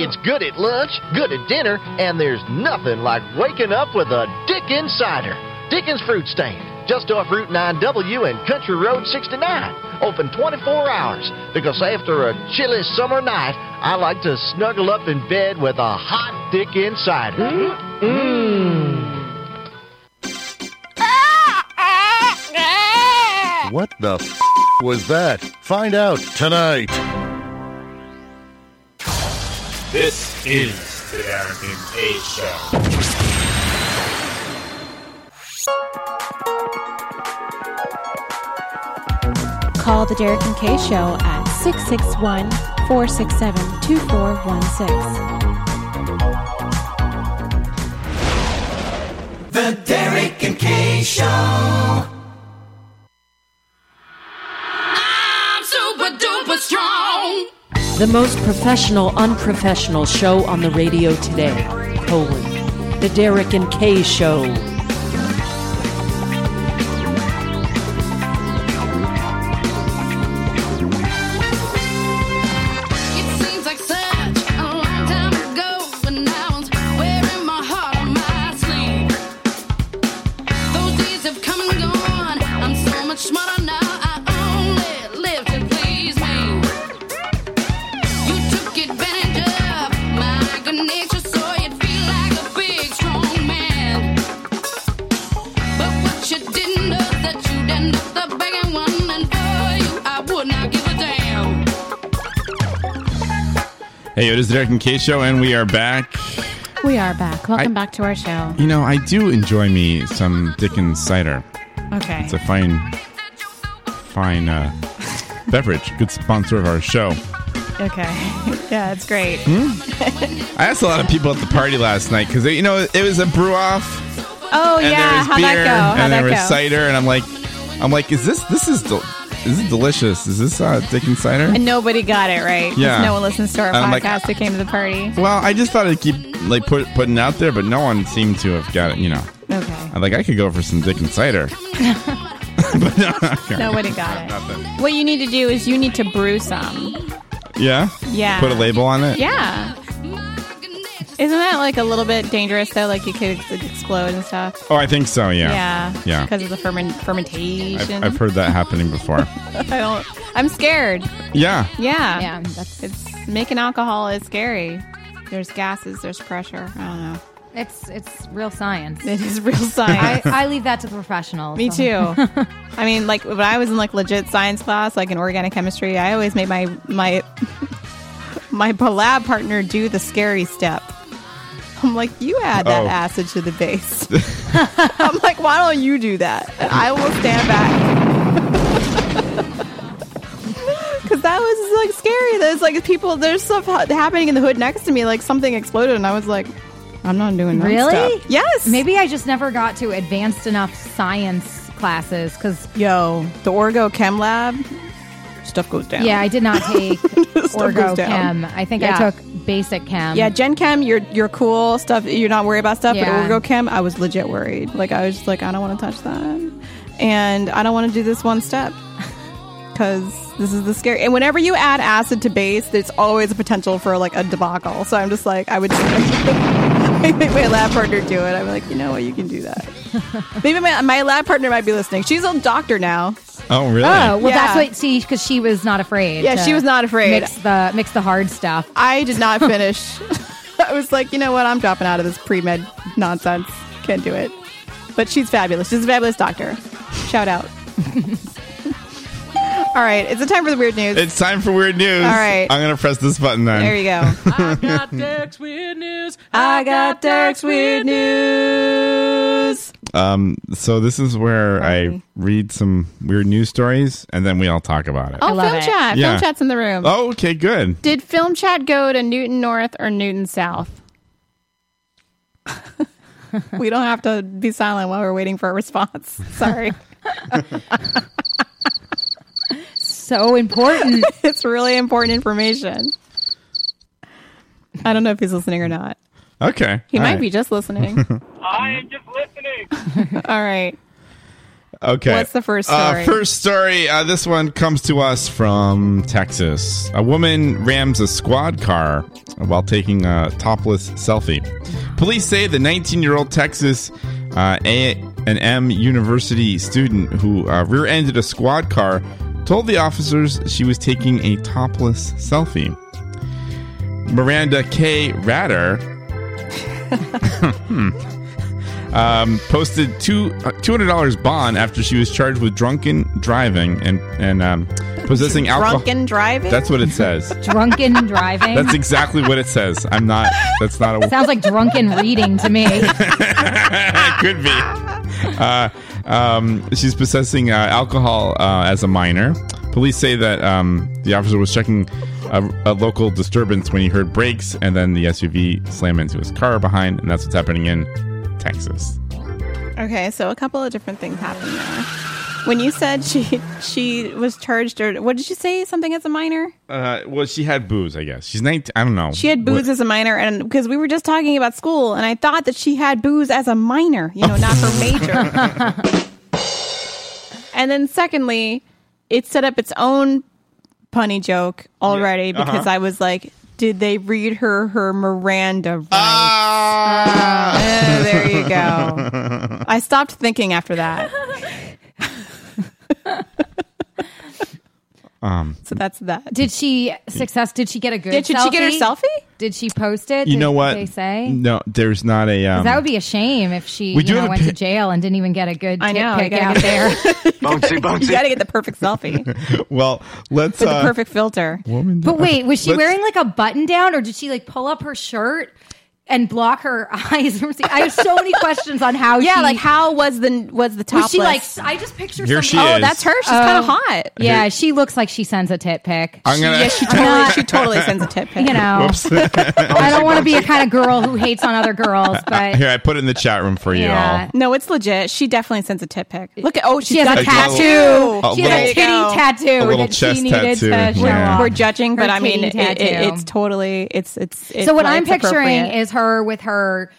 It's good at lunch, good at dinner, and there's nothing like waking up with a dick and cider. Dickens Fruit Stand, just off Route 9W and Country Road 69. Open 24 hours because after a chilly summer night, I like to snuggle up in bed with a hot dick inside. What the f- was that? Find out tonight. This is the Darrington A Show. Call the Derek and Kay Show at 661 467 2416. The Derek and Kay Show. Oh, I'm super duper strong. The most professional, unprofessional show on the radio today. Colon. The Derek and Kay Show. It seems like such a long time ago, but now I'm wearing my heart on my sleeve. Those days have come and gone. I'm so much smarter now. I only live to please me. You took advantage of my good nature, so you'd feel like a big strong man. But what you didn't know that you'd end up the begging one, and for you I would not give a damn. Hey, it is the Derek and Kay Show, and we are back. We are back. Welcome back to our show. You know, I do enjoy me some Dickens cider. Okay. It's a fine, fine uh, beverage. Good sponsor of our show. Okay. yeah, it's great. I asked a lot of people at the party last night because, you know, it was a brew off. oh and there yeah, was how'd that beer, go? How'd and that there was go? cider, and I'm like, I'm like, is this this is del- this is delicious? Is this uh, Dickens cider? And nobody got it right. 'cause Yeah. No one listens to our I'm like- podcast who came to the party. well, I just thought I'd keep like put, putting out there, but no one seemed to have got it. You know, Okay. I'm like, I could go for some Dickens cider, but no, okay. Nobody got it. Nothing. What you need to do is you need to brew some. Yeah, Yeah. Put a label on it. Yeah. Isn't that like a little bit dangerous though? Like you could ex- explode and stuff. Oh, I think so. Yeah. Yeah. Yeah. Because of the ferment I've, fermentation. I've heard that happening before. I don't. I'm scared. yeah. Yeah. Yeah. That's it's making alcohol is scary. There's gases. There's pressure. I don't know. It's it's real science. It is real science. I, I leave that to the professionals. Me too. I mean, like when I was in like legit science class, like in organic chemistry, I always made my my my lab partner do the scary step. I'm like, you add that Oh. acid to the base. I'm like, why don't you do that? And I will stand back. Because that was like scary. There's like people. There's stuff ha- happening in the hood next to me. Like something exploded, and I was like, I'm not doing that Really? stuff. Yes. Maybe I just never got to advanced enough science classes because yo, the Orgo Chem Lab stuff goes down. Yeah, I did not take Stuff goes orgo down. chem. I think Yeah. I took basic chem. Yeah, Gen Chem, you're you're cool stuff. You're not worried about stuff. Yeah. But Orgo Chem, I was legit worried. Like I was just like, I don't want to touch that, and I don't want to do this one step because this is the scary. And whenever you add acid to base, there's always a potential for like a debacle. So I'm just like, I would. I make my lab partner do it. I'm like, you know what, you can do that. Maybe my, my lab partner might be listening. She's a doctor now. Oh, really? Oh, well, Yeah. that's what see because she was not afraid. Yeah, to she was not afraid. Mix the mix the hard stuff. I did not finish. I was like, you know what? I'm dropping out of this pre med nonsense. Can't do it. But she's fabulous. She's a fabulous doctor. Shout out. All right, it's the time for the weird news. It's time for weird news. All right. I'm gonna press this button then. There you go. Derek's weird news. I got Derek's weird news. Um, so this is where I read some weird news stories, and then we all talk about it. Oh, film chat. Yeah. Film chat's in the room. Oh, okay, good. Did film chat go to Newton North or Newton South? we don't have to be silent while we're waiting for a response. Sorry. so important. it's really important information. I don't know if he's listening or not. Okay, He all might right. be just listening. I am just listening. All right. Okay. What's the first story? Uh, first story. Uh, this one comes to us from Texas. A woman rams a squad car while taking a topless selfie. Police say the 19-year-old Texas uh, A and M University student who uh, rear-ended a squad car told the officers she was taking a topless selfie. Miranda K. Ratter hmm, um, posted two uh, two hundred dollars bond after she was charged with drunken driving and and um, possessing alcohol. Drunken driving? That's what it says. drunken driving. That's exactly what it says. I'm not. That's not a. Sounds like drunken reading to me. could be. Uh, um, she's possessing uh, alcohol uh, as a minor. Police say that um, the officer was checking a, a local disturbance when he heard brakes, and then the SUV slammed into his car behind, and that's what's happening in Texas. Okay, so a couple of different things happened there. When you said she she was charged or what did you say? Something as a minor? Uh, well, she had booze, I guess. She's 19. I don't know. She had booze What- as a minor, and because we were just talking about school, and I thought that she had booze as a minor, you know, not her major. and then, secondly, it set up its own punny joke already Yeah, uh-huh. because I was like, did they read her her Miranda rights? Ah, eh, there you go. I stopped thinking after that. um, So that's that. Did she success? Did she get a good? Did- did she get her selfie? Did she post it? you Did know what? they say? No, there's not a. 'Cause Um, that would be a shame if she we you do know, have a went to pic- jail and didn't even get a good I tit know, you pic gotta out get there. Bouncy, bouncy. You got to get the perfect selfie with well, let's. the uh, perfect filter. Woman, But wait, was she Let's- wearing like a button down, or did she like pull up her shirt and block her eyes from seeing? I have so many questions on how. Yeah, she, like how was the was the topless? was she like? I just picture. some- Here she Oh, is. that's her. She's kinda hot. Yeah, Here- she looks like she sends a tit pic. I'm gonna- Yeah, she I'm totally- not- she totally sends a tit pic. You know, Whoops. I don't want to be a kind of girl who hates on other girls, but Here, I put it in the chat room for you all. No, it's legit. She definitely sends a tit pic. Look at oh, has she's got a a tattoo. tattoo. A She has a little- titty tattoo a little that she chest needed to tattoo, show yeah. off. We're judging, but Her I mean, titty it, it, tattoo. it's totally it's it's. it's so what like, I'm it's picturing appropriate. is her with her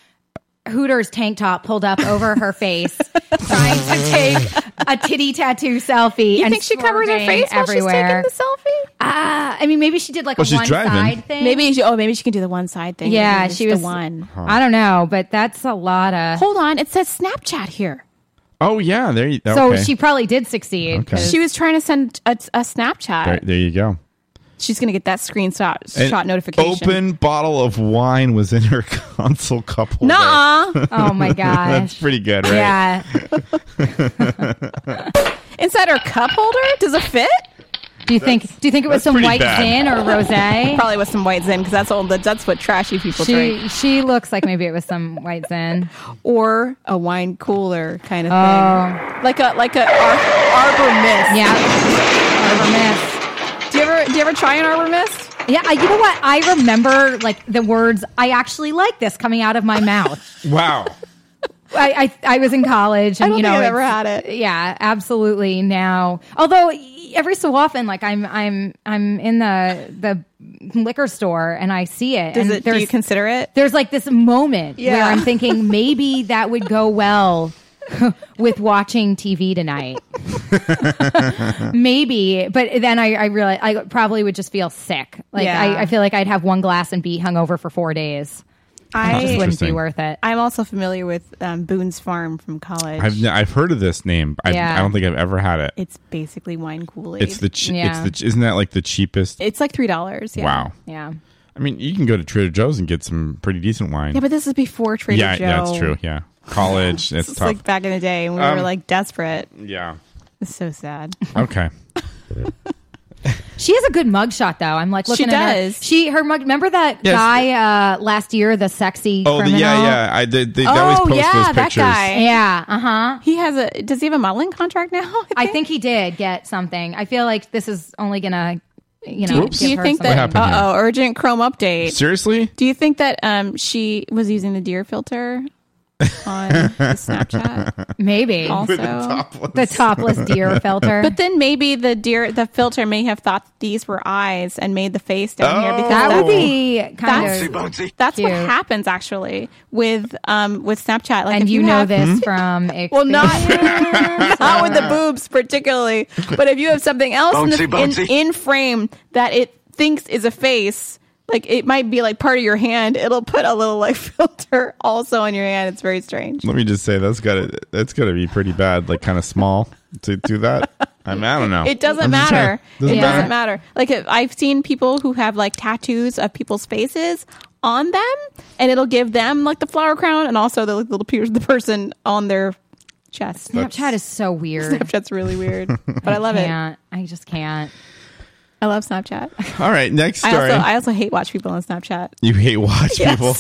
Hooters tank top pulled up over her face, trying to take a titty tattoo selfie. You and think she covers her swerving face while she's taking everywhere. the selfie? Ah, I mean, maybe she did like Well, a she's one driving. side thing. Maybe she, oh, maybe she can do the one side thing. yeah, Maybe she it's was the one. I don't know, but that's a lot of. Hold on, it says Snapchat here. Oh yeah, there you. So okay. she probably did succeed. Okay. 'cause- She was trying to send a, a Snapchat. There, there you go. She's gonna get that screenshot An shot notification. Open bottle of wine was in her console cup. holder. Nuh-uh. Oh, my gosh. That's pretty good, right? Yeah. Inside her cup holder? Does it fit? Do you think? Do you think it was that's some pretty white bad. zin or rosé? Probably with some white zin because that's all. That's what trashy people drink. She she looks like maybe it was some white zin. Or a wine cooler kind of Oh. thing, like a like a ar- arbor mist. Yeah, arbor mist. Do you ever do you ever try an arbor mist? Yeah, I, you know what? I remember like the words "I actually like this" coming out of my mouth. Wow. I, I I was in college, and I don't you know, think I've it's- ever had it. Yeah, absolutely. Now, although every so often, like I'm I'm I'm in the the liquor store and I see it. Does and it? Do you consider it? there's like this moment where Yeah. I'm thinking maybe that would go well with watching TV tonight. maybe, but then I, I realize I probably would just feel sick. Like Yeah. I, I feel like I'd have one glass and be hungover for four days. I It just wouldn't be Interesting. worth it. I'm also familiar with um, Boone's Farm from college. I've n- I've heard of this name. I, Yeah. I don't think I've ever had it. it's basically wine Kool Aid. It's the che- yeah. it's the isn't that like the cheapest? It's like three dollars. Yeah. Wow. Yeah. I mean, you can go to Trader Joe's and get some pretty decent wine. Yeah, but this is before Trader yeah, Joe. yeah, it's true. Yeah, college. This it's is tough. like back in the day when we Um, were like desperate. yeah. It's so sad. Okay. She has a good mugshot, though. I'm like She looking at her. does. She her mug. Remember that Yes. guy uh, last year, the sexy Oh, the, criminal. yeah, yeah. I did. Oh, They, they always post those pictures. Yeah, uh huh. He has a. Does he have a modeling contract now? I think, he did get something. I feel like this is only gonna, you know. do you think that? happened here? Uh oh, urgent Chrome update. Seriously? Do you think that um she was using the deer filter on Snapchat? Maybe also With the topless- The topless deer filter. But then maybe the deer the filter may have thought these were eyes and made the face down here because That would that's- be kind that's, of Bouncy, bouncy. That's what cute. happens actually with um with Snapchat. Like and if you, know have- this from experience. Well, not not with the boobs particularly, but if you have something else in, the, Bouncy, bouncy. In, in frame that it thinks is a face, like it might be like part of your hand, it'll put a little like filter also on your hand. It's very strange. Let me just say that's got to that's got to be pretty bad. Like kind of small to do that. I mean, I don't know. It doesn't I'm just trying- matter. Doesn't it matter. doesn't matter. Like if I've seen people who have like tattoos of people's faces on them, and it'll give them like the flower crown and also the like, little pierce the person on their chest. Snapchat is so weird. Snapchat's really weird, but I love it. can't. I just can't. I love Snapchat. All right, next I story. also I also hate watch people on Snapchat. you hate watch Yes. people.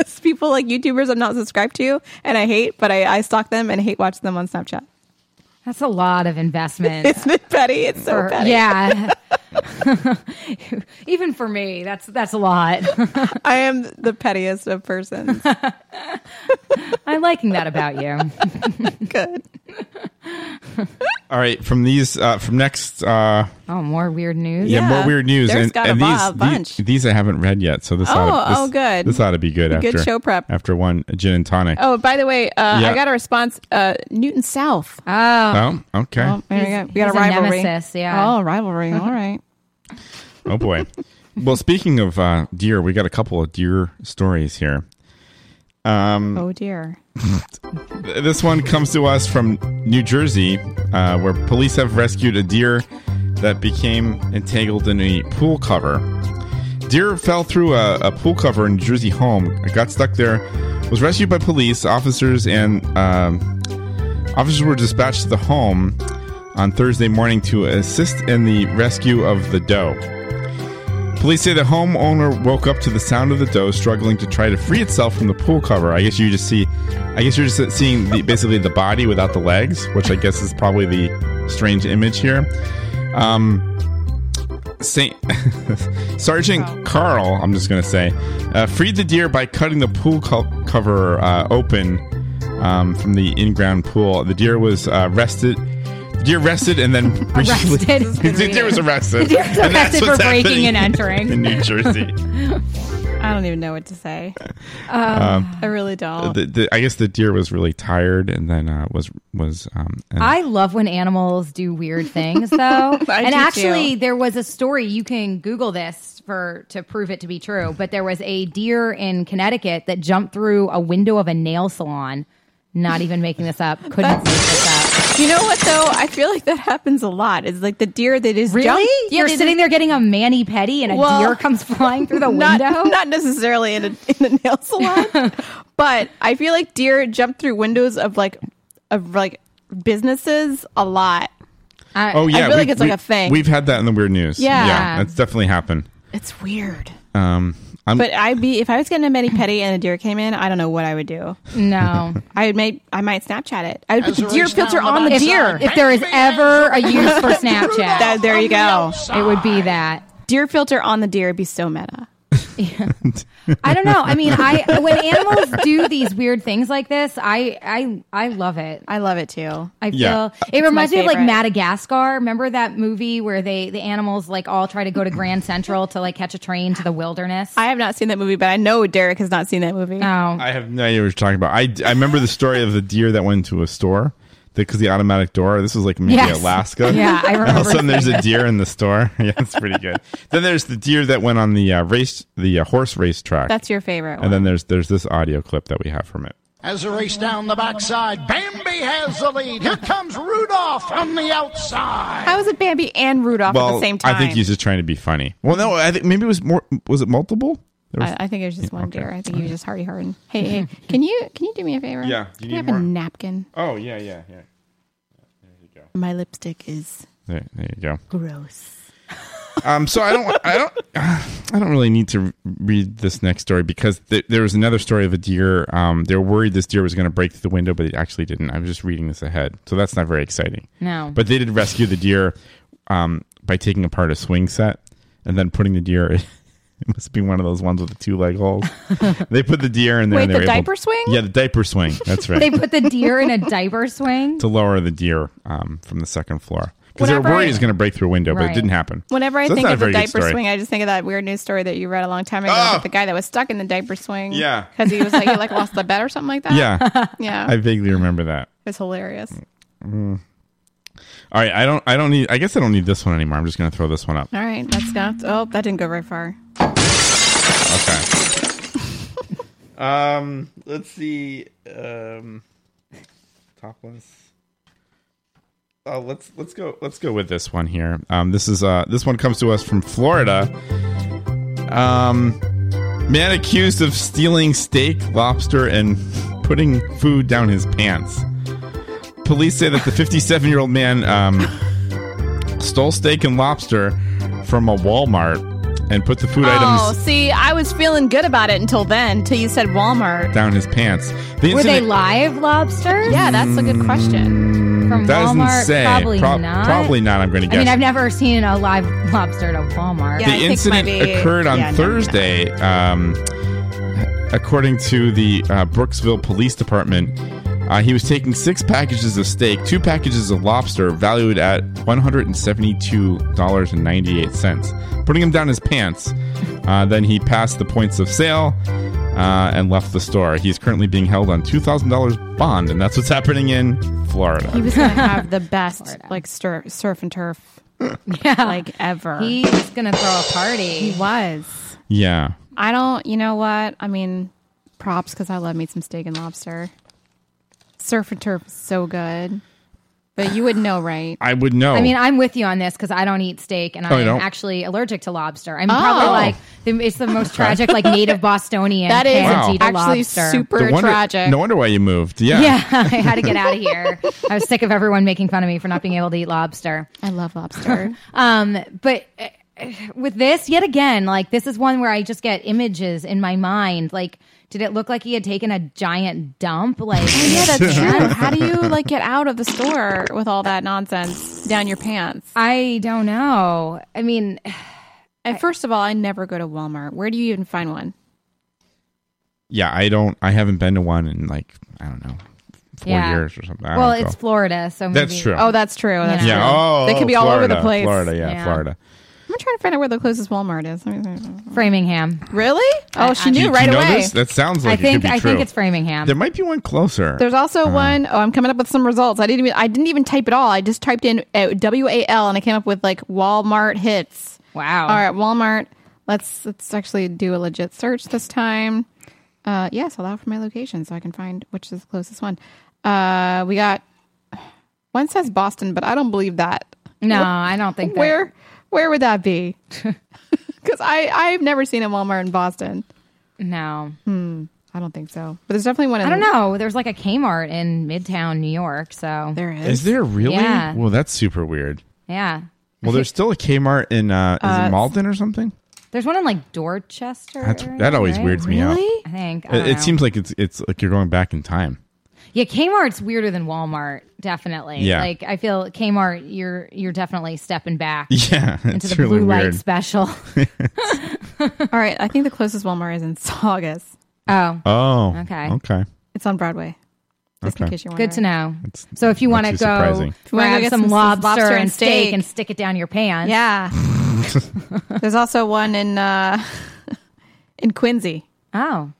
It's people like YouTubers I'm not subscribed to, and I hate, but I, I stalk them and hate watching them on Snapchat. That's a lot of investment. Isn't it petty? It's so For- petty. Yeah. Even for me, that's that's a lot. I am the pettiest of persons. I'm liking that about you. Good. All right, from these uh, from next. Uh, Oh, more weird news. yeah, more weird news. There's and and these, the- These, I haven't read yet, so this Oh, ought this, oh, good. This ought to be good after Good show prep. after one gin and tonic. Oh, by the way, uh, Yeah. I got a response. Uh, Newton South. Oh, Oh, okay. Well, there we go. we got He's a a rivalry. nemesis, yeah. Oh, rivalry. All right. Oh boy. well, speaking of uh, deer, we got a couple of deer stories here. Um, Oh dear. this one comes to us from New Jersey, uh, where police have rescued a deer that became entangled in a pool cover. Deer fell through a, a pool cover in a New Jersey home, got stuck there, was rescued by police officers, and um, officers were dispatched to the home on Thursday morning to assist in the rescue of the doe. Police say the homeowner woke up to the sound of the doe struggling to try to free itself from the pool cover. I guess you just see, I guess you're just seeing the, basically the body without the legs, which I guess is probably the strange image here. Um, Saint Sergeant Oh, Carl, I'm just gonna say, uh, freed the deer by cutting the pool co- cover uh, open um, from the in-ground pool. The deer was uh, arrested. The deer rested and then briefly. Arrested. the deer was arrested. The deer was And that's arrested what's for breaking and happening entering. in New Jersey. I don't even know what to say. Um, I really don't. The- the- I guess the deer was really tired and then uh, was was. Um, and- I love when animals do weird things, though. I and do, actually, too. there was a story. You can Google this for to prove it to be true. But there was a deer in Connecticut that jumped through a window of a nail salon. Not even making this up. Couldn't make this up. You know what though? I feel like that happens a lot. It's like the deer that is Really? jump- Yeah, You're they- sitting there getting a mani petty, and a Well, deer comes flying through the not, window. Not necessarily in a, in a nail salon, but I feel like deer jump through windows of like of like businesses a lot. I, oh yeah, I feel like we- it's like we- a thing. We've had that in the weird news. Yeah. that's definitely happened. it's weird. Um, I'm, but I'd be if I was getting a mani petty and a deer came in, I don't know what I would do. No, I would make I might Snapchat it. I would put the deer Reach down filter the on the bottom. deer. If- if there is ever a use for Snapchat. That- there you go. It would be that deer filter on the deer would be so meta. I don't know. I mean, I when animals do these weird things like this, I I I love it. I love it too. I feel Yeah. it It's reminds my me of like favorite. Madagascar. Remember that movie where they the animals like all try to go to Grand Central to like catch a train to the wilderness? I have not seen that movie, but I know Derek has not seen that movie. Oh, I have no idea what you're talking about. I, I remember the story of the deer that went into a store because the automatic door. This was like maybe Yes. Alaska. Yeah, I All of remember a sudden, there's seeing a it. deer in the store. yeah, that's pretty good. then there's the deer that went on the uh, race, the uh, horse race track. That's your favorite And then there's there's this audio clip that we have from it. As they race down the backside, Bambi has the lead. Here comes Rudolph on the outside. How was it Bambi and Rudolph at the same time? I think he's just trying to be funny. Well, no, I think maybe it was more. Was it multiple? There was- I, I think it was just one deer. I think he was just hardy hardened. Hey, hey, can you can you do me a favor? Yeah, do Can you need I have more? a napkin? oh yeah, yeah, yeah. My lipstick is There, there you go. Gross. Um, so I don't, I don't, I don't really need to read this next story because th- there was another story of a deer. Um, they were worried this deer was going to break through the window, but it actually didn't. I was just reading this ahead, so that's not very exciting. No. but they did rescue the deer um, by taking apart a swing set and then putting the deer. It must be one of those ones with the two leg holes. they put the deer in there. Wait, and the they were able- diaper swing? Yeah, the diaper swing. That's right They put the deer in a diaper swing. to lower the deer um, from the second floor because they were Whenever worried I- it was going to break through a window, but Right. it didn't happen. Whenever I So that's think not of the very good diaper story. swing, I just think of that weird news story that you read a long time ago about the guy that was stuck in the diaper swing. Oh! Yeah. because he was like he like lost the bet or something like that. Yeah, yeah, I vaguely remember that. it's hilarious. Mm. All right, I don't, I don't need. I guess I don't need this one anymore. I'm just going to throw this one up. All right, that's not. Oh, that didn't go very far. Okay. um, let's see. Um, topless. Oh, let's let's go let's go with this one here. Um, this is uh this one comes to us from Florida. Um, man accused of stealing steak, lobster, and putting food down his pants. Police say that the 57 year old man um, stole steak and lobster from a Walmart and put the food oh, items see, I was feeling good about it until then, till you said Walmart. down his pants. The Were they incident- live lobsters? Yeah, that's a good question. From Mm. That doesn't Walmart, say. probably Prob- not. Probably not. I'm going to I guess. mean, I've never seen a live lobster at a Walmart. the incident occurred on Thursday, um, according to the uh, Brooksville Police Department. Uh, he was taking six packages of steak, two packages of lobster, valued at one hundred and seventy-two dollars and ninety-eight cents, putting them down his pants. Uh, then he passed the points of sale uh, and left the store. He's currently being held on two thousand dollars bond, and that's what's happening in Florida. He was gonna have the best like stir- surf and turf, yeah, like ever. He was gonna throw a party. He was. yeah. I don't. You know what? I mean, props because I love me some steak and lobster. Surf and turf is so good, but you would know, right? I would know. I mean, I'm with you on this because I don't eat steak and Oh, you I'm don't? actually allergic to lobster. I'm Oh. probably like, the, it's the most tragic, like native Bostonian. That is can't Wow. eat a actually lobster. super No wonder- tragic. No wonder why you moved. Yeah. I had to get out of here. I was sick of everyone making fun of me for not being able to eat lobster. I love lobster. um, but uh, uh, with this, yet again, like this is one where I just get images in my mind. Like, did it look like he had taken a giant dump? Like, Oh, yeah, that's true. How do you like get out of the store with all that nonsense down your pants? I don't know. I mean, and first of all, I never go to Walmart. Where do you even find one? Yeah, I don't. I haven't been to one in like I don't know four Yeah. years or something. I well, don't it's go. Florida, so maybe, That's true. Oh, that's true. That's yeah. true. Oh, they could be all over the Florida, place. Florida, yeah, Florida. I'm trying to find out where the closest Walmart is. Framingham. Uh, Really? Oh, she Do knew you- do right you know away. this? That sounds like I think it could be I true. think it's Framingham. There might be one closer. There's also Uh, one oh, I'm coming up with some results. I didn't even I didn't even type it all. I just typed in uh, W A L and I came up with like Walmart hits. Wow. All right, Walmart. Let's let's actually do a legit search this time. Uh, yes, allow for my location so I can find which is the closest one. Uh, we got one says Boston, but I don't believe that. No, I don't think that- where where would that be? Because I I've never seen a Walmart in Boston. No. Hmm. I don't think so. But there's definitely one. In I don't know. There's like a Kmart in Midtown, New York. So there Is there really? Yeah. Well, that's super weird. Yeah. Well, there's still a Kmart in uh, is Uh, it Malden or something? There's one in like Dorchester. That's, that always right? weirds me out. I think. I It, don't it know. seems like it's it's like you're going back in time. Yeah, Kmart's weirder than Walmart, definitely. Yeah. Like I feel Kmart, you're you're definitely stepping back. Yeah, into it's the really blue light weird. special. All right, I think the closest Walmart is in Saugus. Oh. Oh. Okay. Okay. it's on Broadway. Just in Okay. case you're Good to know. It's so if you not want to too go surprising. If you wanna go grab get some, some- some lobster, lobster and and steak steak. and stick it down your pants. Yeah. There's also one in uh in Quincy. Oh.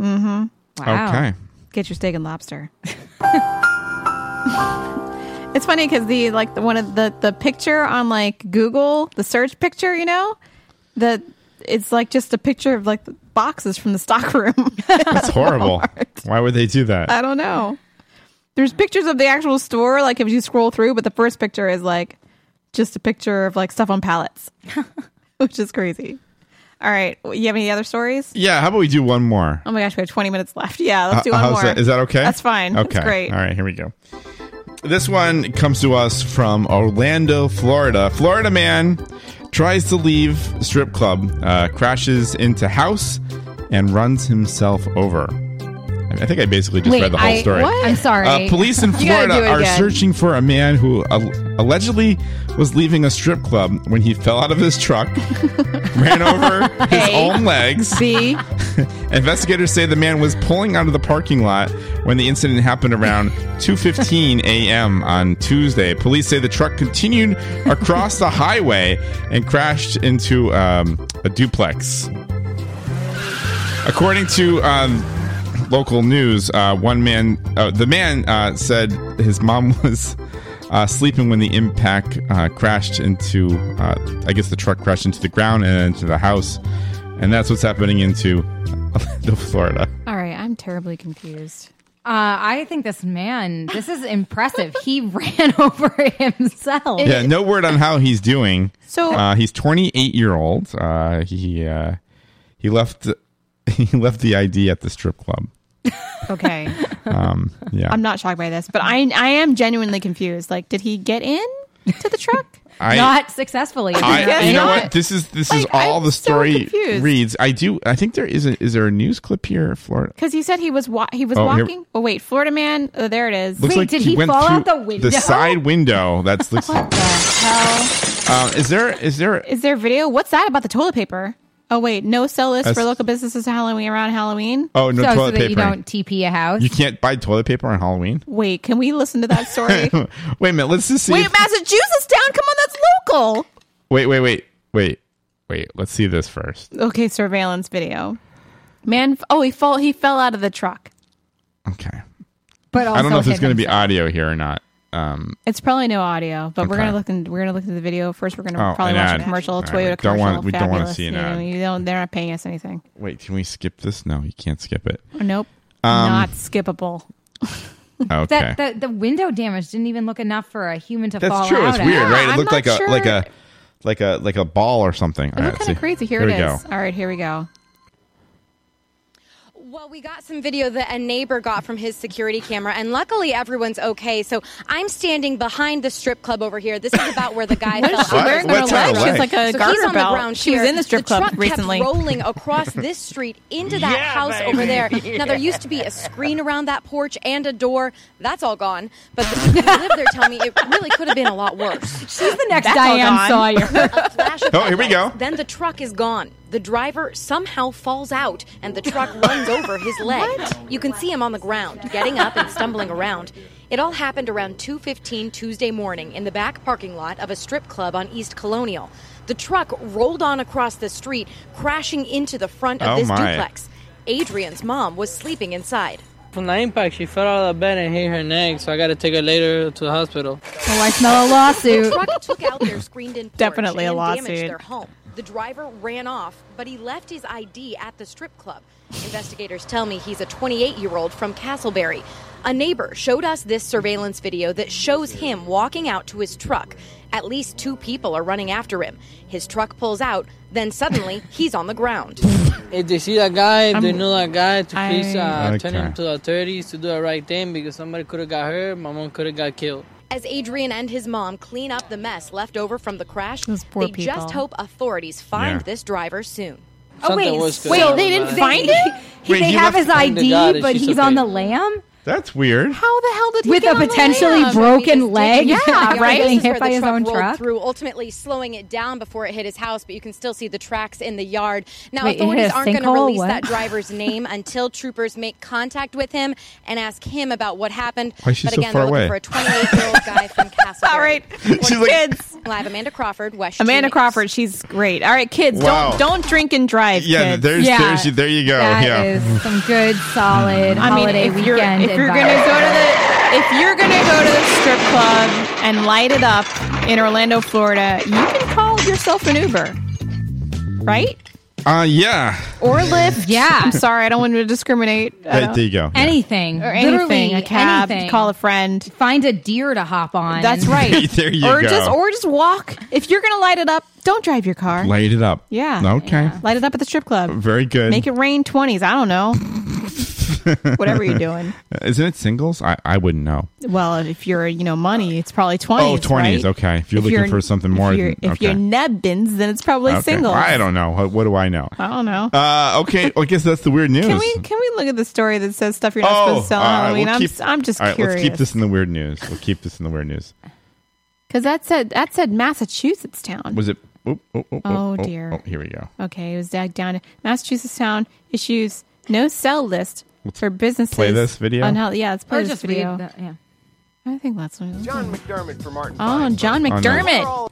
Mm-hmm. Wow. Okay. Get your steak and lobster. it's funny because the like the one of the the picture on like Google the search picture, you know, the it's like just a picture of like the boxes from the stock room. That's horrible. Why would they do that? I don't know. There's pictures of the actual store, like if you scroll through, but the first picture is like just a picture of like stuff on pallets, which is crazy. All right, you have any other stories? Yeah, how about we do one more? Oh my gosh, we have 20 minutes left. Yeah, let's do Uh, one how's more. that? Is that okay? That's fine. Okay. That's great. All right, here we go. This one comes to us from Orlando, Florida. Florida man tries to leave strip club, uh, crashes into house, and runs himself over. I I think I basically just Wait, read the whole I- story. what? I'm sorry. Uh, police in You gotta do Florida it are again. searching for a man who al- allegedly was leaving a strip club when he fell out of his truck, ran over his own legs. See? Investigators say the man was pulling out of the parking lot when the incident happened around 2:15 a.m. on Tuesday. Police say the truck continued across the highway and crashed into um, a duplex. According to um, local news, uh, one man, uh, the man uh, said his mom was uh, sleeping when the impact uh, crashed into, uh, I guess the truck crashed into the ground and into the house. And that's what's happening into Orlando, Florida. All right, I'm terribly confused. Uh, I think this man, this is impressive. he ran over himself. Yeah, no word on how he's doing. So- uh, he's 28 year old. Uh, he uh, he left he left the ID at the strip club. Okay. Um, yeah, I'm not shocked by this, but I I am genuinely confused. Like, did he get in to the truck? I- not successfully. I, you know Not- what? This is this is all the story confused. reads. I do. I think there is a is there a news clip here, Florida? Because he said he was wa- he was Oh, here- walking. Oh wait, Florida man. Oh, there it is. Looks like went through The side window. That's looks. Uh, is there is there Is there video? What's that about the toilet paper? Oh wait, no sell list for That's- local businesses to Halloween around Halloween. Oh, no So- so toilet that you papering. don't TP a house. you can't buy toilet paper on Halloween? Wait, can we listen to that story? wait a minute. Let's just see. wait, if- Massachusetts town. Come on, that's local. wait, wait, wait, wait, wait. Let's see this first. Okay, surveillance video. Man, f- oh he fall he fell out of the truck. Okay. But I don't know if there's going to be audio here or not. Um, It's probably no audio, but we're Okay. gonna look in, we're gonna look into the video first. We're gonna Oh, probably an watch ad. a commercial, All Toyota right. Don't commercial. wanna- we don't wanna fabulous, see an you know, ad. you don't, they're not paying us anything. wait, can we skip this? No, you can't skip it. Oh, nope, Um, not skippable. Okay. That the, the window damage didn't even look enough for a human to fall That's true. out. It's at. weird, right? It I'm looked not like a sure. like a like a like a ball or something. All It right, looked let's kind of see. crazy. Here, we it is. go. All right, here we go. Well, we got some video that a neighbor got from his security camera, and luckily everyone's okay. So I'm standing behind the strip club over here. This is about where the guy What fell. is she out. wearing on her What's her leg? She has, leg? like, a so garter he's on belt. The ground She was here. in the strip club truck kept recently. rolling across this street into that Yeah, house over there. baby. Now there used to be a screen around that porch and a door. That's all gone. But the people who live there tell me it really could have been a lot worse. She's the next Diane Sawyer. a flash of Oh, here we headlights. go. Then the truck is gone. The driver somehow falls out, and the truck runs over his leg. You can see him on the ground, getting up and stumbling around. It all happened around 2:15 Tuesday morning in the back parking lot of a strip club on East Colonial. The truck rolled on across the street, crashing into the front Oh, of this my. duplex. Adrian's mom was sleeping inside. From the impact, she fell out of the bed and hit her neck, so I gotta take her later to the hospital. Oh, I smell a lawsuit. The truck took out their screened-in porch Definitely a and lawsuit. damaged their home. The driver ran off, but he left his ID at the strip club. Investigators tell me he's a 28-year-old from Castleberry. A neighbor showed us this surveillance video that shows him walking out to his truck. At least two people are running after him. His truck pulls out, then suddenly he's on the ground. If they see that guy, if they know that guy, to please uh, turn Okay. him to the authorities to do the right thing because somebody could have got hurt, my mom could have got killed. As Adrian and his mom clean up the mess left over from the crash, poor they just people. hope authorities find Yeah. this driver soon. Oh, Something wait, was going Wait, they didn't find it. Wait, they he have left- his ID, Oh my God, but she's he's okay. on the lam That's weird. How the hell did with a potentially broken leg. after getting This is hit where by the his truck own rolled truck. through, ultimately slowing it down before it hit his house. But you can still see the tracks in the yard. Now Wait, it hit authorities a aren't going to sinkhole? release What? that driver's name until troopers make contact with him and ask him about what happened. Why is she but so again, far they're looking away? for a 28-year-old guy from Castle. All right, She's like- kids. Live Amanda Crawford, West. Amanda Crawford, she's great. All right, kids, Wow. don't don't drink and drive. Yeah, kids. there's there's there you go. That yeah. is- Some good, solid I mean, holiday if you're weekend. if you're advice. gonna go to the if you're gonna go to the strip club and light it up in Orlando, Florida, you can call yourself an Uber, right? Uh, yeah. Or Lyft. yeah. I'm sorry, I don't want to discriminate. I Hey, don't- there you go. anything Or anything, Literally a cab, anything. call a friend, find a deer to hop on. That's right. There you or go. just or just walk. If you're gonna light it up, don't drive your car. Light it up. Yeah. Okay. Light it up at the strip club. Very good. Make it rain 20s. I don't know. whatever you're doing. Isn't it singles? I, I wouldn't know. Well, if you're, you know, money, it's probably 20s. Oh, 20s. right? Okay. If you're looking for something more If you're, than- if you're okay. Nebbins, then it's probably Okay. single. I don't know. What, what do I know? I don't know. Uh, okay. Well, I guess that's the weird news. can we can we look at the story that says stuff you're not supposed to sell on Oh, all right, Halloween? we'll I'm, keep- s- I'm just all right, curious. Let's keep this in the weird news. We'll keep this in the weird news. Because that said that said Massachusetts town. Was it? Oh, oh, oh, Oh, dear. oh, here we go. Okay, it was down down. Massachusetts town issues no sell list for businesses. play this video? On how, yeah, let's play Or this just read video. the- yeah. I think that's what. John McDermott for Martin. Oh, Fine. John Oh, no. McDermott,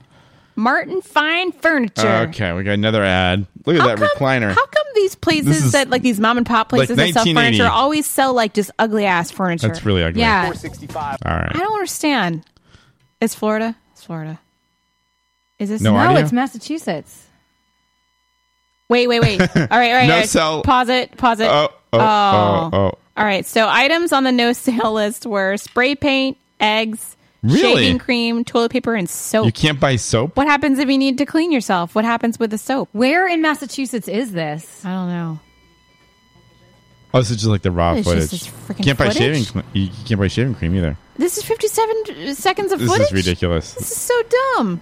Martin Fine Furniture. Okay, we got another ad. Look at that recliner. How come these This places is that like these mom and pop like places that sell 1980. furniture always sell like just ugly ass furniture? That's really ugly. Yeah, All I right. don't understand. It's Florida. It's Florida. Is this No no, idea. it's Massachusetts. Wait, wait, wait. All right, all right. No all right. sell- Pause it. Pause it. Oh, oh, oh, oh. All right. So items on the no sale list were spray paint, eggs, Really? shaving cream, toilet paper, and soap. You can't buy soap. What happens if you need to clean yourself? What happens with the soap? Where in Massachusetts is this? I don't know. Oh, this is just like the raw It's footage. just this freaking can't buy footage? shaving. cl- You you can't buy shaving cream either. This is 57 seconds of This footage. is ridiculous. This is so dumb.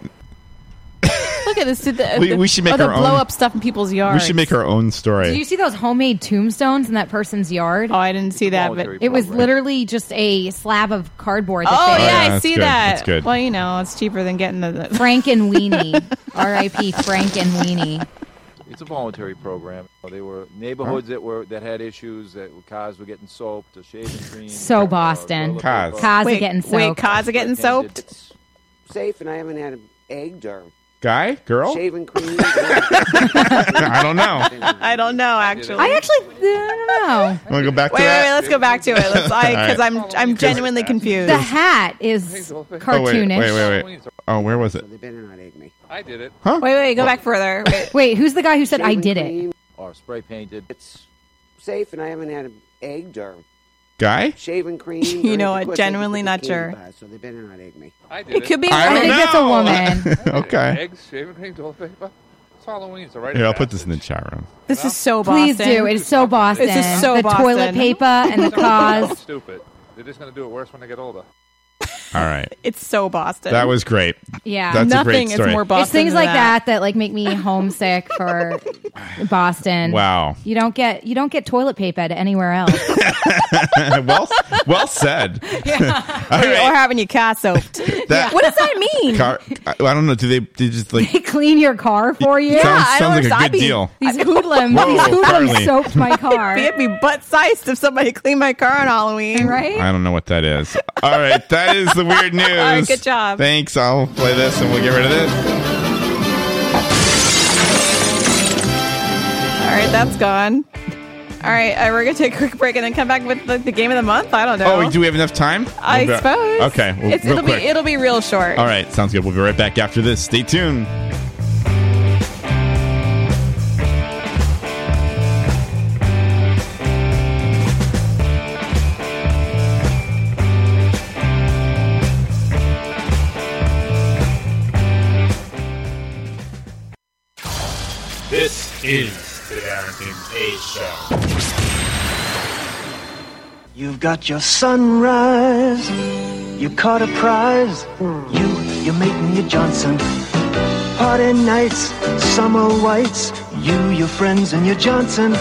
Look at this. The, the, We- we should make oh, the our own- blow up stuff in people's we yards. should make our own Do story. you see those homemade tombstones in that person's yard? Oh, I didn't see that, but it was literally just a slab of cardboard. That Oh, they- yeah, I that's see good. that. That's good. Well, you know, it's cheaper than getting the. the Frank and Weenie. R.I.P. Frank and Weenie. It's a voluntary program. They were neighborhoods that were that had issues that cars were getting soaked, the shaving cream. So Boston. Cars. Cars are Wait, getting soaked. wait, cars are getting soaked? safe, and I haven't had an egg or Guy, girl. shaving cream. I don't know. I don't know, actually. I actually I Want to go back Wait, to wait, that? wait, let's go back to it. Let's, All I, right. cause I'm, I'm genuinely confused. The hat is Oh, wait, cartoonish. Wait, wait, wait. Oh, where was it? I did it. Huh? Wait, wait, go back further. Wait. Wait, who's the guy who said I did it? Or Oh, spray painted. It's safe, and I haven't had an egg or Guy? shaving cream. or You know what, anything. Of course, genuinely they not became sure. bars, so they better not egg me. I did It could be a I woman. don't I know. okay. Eggs, shaving cream, toilet paper. It's Halloween. It's all right. Here, I'll put this in the chat room. This is so Please Boston. do. It is so Boston. This is so the Boston. toilet paper and the cause. Stupid. They're just going to do it worse when they get older. All right. It's so Boston. That was great. Yeah, That's a great story. It's things like that. that like make me homesick for Boston. Wow. You don't get you don't get toilet paper at anywhere else. well, well said. All Or- right. Or having your car soaked. That- What does that mean? Car, I I don't know. Do they, do you just like they clean your car for you. Sounds- Yeah, I sounds don't like a understand. good deal. These hoodlums, Whoa, these hoodlums Carly. soaked my car. It'd be butt sized if somebody cleaned my car on Halloween, right? I don't know what that is. All right, that is the weird news. right, good job. Thanks. I'll play this and we'll get rid of this. All right, that's gone. All right, uh, we're gonna take a quick break and then come back with the, the game of the month. I don't know. Oh, do we have enough time? I We'll be- suppose. Okay, well, It's- real it'll quick. be it'll be real short. All right, sounds good. We'll be right back after this. Stay tuned. This is the Darrington A Show. You've got your sunrise. You caught a prize. You, you're making your Johnson. Party nights, summer whites. You, your friends, and your Johnson.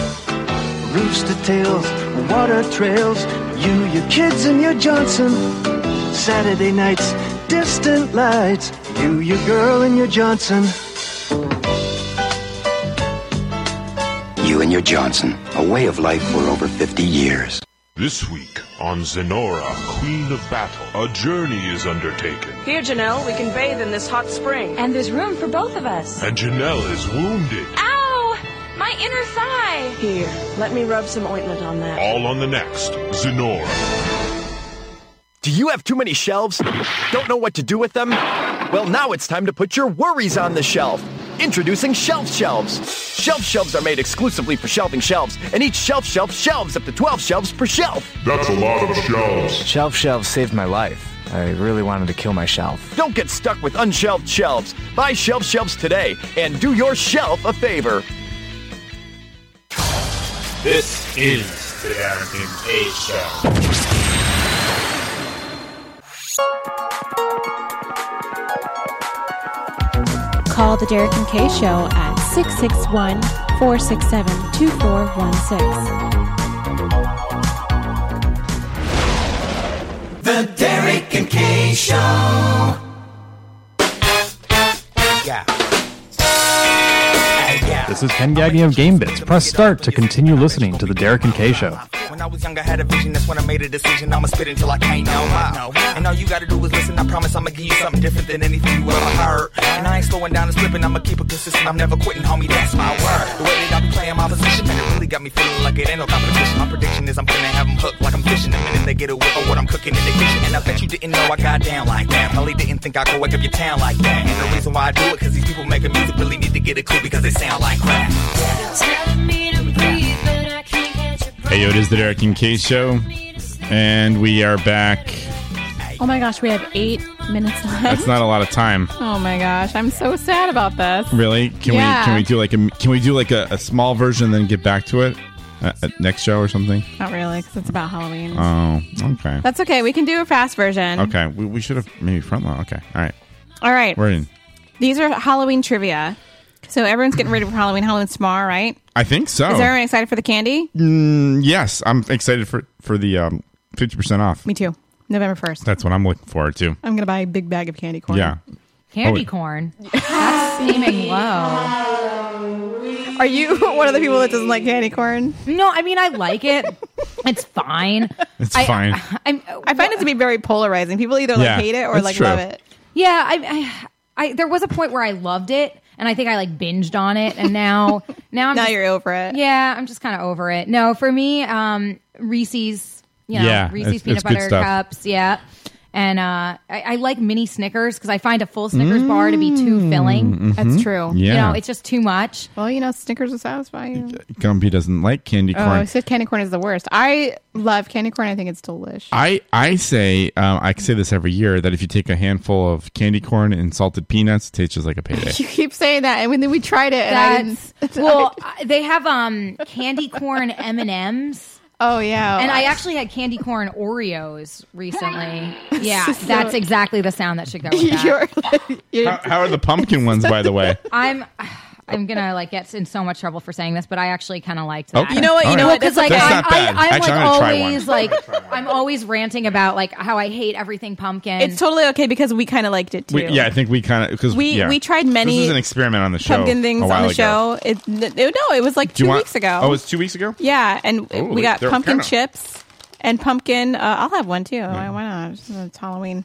Rooster tails, water trails. You, your kids, and your Johnson. Saturday nights, distant lights. You, your girl, and your Johnson. You and your Johnson, a way of life for over 50 years. This week on Zenora, Queen of Battle, a journey is undertaken, Here, Janelle, we can bathe in this hot spring. And there's room for both of us. and Janelle is wounded. Ow! My inner thigh! Here, let me rub some ointment on that. All on the next Zenora. Do you have too many shelves? Don't know what to do with them? Well, now it's time to put your worries on the shelf. Introducing Shelf Shelves. Shelf Shelves are made exclusively for shelving shelves, and each shelf shelf shelves up to 12 shelves per shelf. That's a lot of shelves. Shelf Shelves saved my life. I really wanted to kill my shelf. Don't get stuck with unshelved shelves. Buy Shelf Shelves today and do your shelf a favor. This is is the Aaron A Show. Call the Derek and Kay Show at 661 467 2416. The Derek and Kay Show. Yeah. This is Ken Gagne of Game Bits. Press start to continue listening to The Derek and Kay Show. When I was young, I had a vision. That's when I made a decision. I'ma spit until I can't no how. And all you gotta do is listen. I promise I'ma give you something different than anything you ever heard. And I ain't slowing down and slipping. I'ma keep it consistent. I'm never quitting, homie. That's my word. The way that I be playing my position, man, it really got me feeling like it ain't no competition. My prediction is I'm gonna have 'em hooked like I'm fishing. The minute they get a whiff of what I'm cooking in the kitchen, and I bet you didn't know I got down like that. Probably didn't think I could wake up your town like that. And the reason why I do it, cause these people making music really need to get a clue because they sound like crap. Hey, yo, it is the Derek and Kay Show, and we are back. Oh my gosh, we have eight minutes left. That's not a lot of time, Oh my gosh, I'm so sad about this. really. Can Yeah. we can we do like a can we do like a, a small version and then get back to it uh, at next show or something? Not really, because it's about Halloween. Oh, okay, That's okay. We can do a fast version. okay. We, we should have maybe front load. Okay, all right, All right. we're in. These are Halloween trivia. So everyone's getting ready for Halloween. Halloween's tomorrow, right? I think so. Is everyone excited for the candy? Mm, yes, I'm excited for for the um fifty percent off. Me too. November 1st. That's what I'm looking forward to. I'm going to buy a big bag of candy corn. Yeah. Candy Oh, corn. That's seeming low. Are you one of the people that doesn't like candy corn? No, I mean I like it. It's fine. It's I- fine. I'm, I find it to be very polarizing. People either like Yeah, hate it or that's like true. love it. Yeah, I, I, I there was a point where I loved it, and I think I like binged on it, and now now I'm Now just- you're over it. Yeah, I'm just kind of over it. No, for me, um, Reese's, you know, Yeah, Reese's it's- peanut it's good butter stuff. cups, yeah. And uh, I, I like mini Snickers because I find a full Snickers bar to be too filling. mhm. That's true. You Yeah. know, it's just too much. Well, you know, Snickers is satisfying. Gumpy doesn't like candy Oh, corn. I said candy corn is the worst. I love candy corn. I think it's delish. I I say um, I say this every year that if you take a handful of candy corn and salted peanuts, it tastes just like a payday. You keep saying that, and then we tried it. And I didn't- That's well, I- they have um candy corn M and M's. Oh yeah, and I actually had candy corn Oreos recently. Yeah, So- that's exactly the sound that should go with that. How, how are the pumpkin ones, by the way? I'm I'm gonna like get in so much trouble for saying this, but I actually kind of liked that. Okay. You know what, you All know right. what, Because that's like okay. I'm, That's not bad. I, I'm Actually, like I'm gonna try one. always like I'm always ranting about like how I hate everything pumpkin. it's totally okay because we kind of liked it too. We, yeah, I think we kind of because We- we tried many This is an experiment on the show. pumpkin things a on while the ago. show. It, it- no, it was like Do you two want- weeks ago. Oh, it's two weeks ago. yeah, and Oh, we got they're pumpkin kinda- chips and pumpkin. Uh, I'll have one Hmm. too. Why, why not? It's, it's Halloween.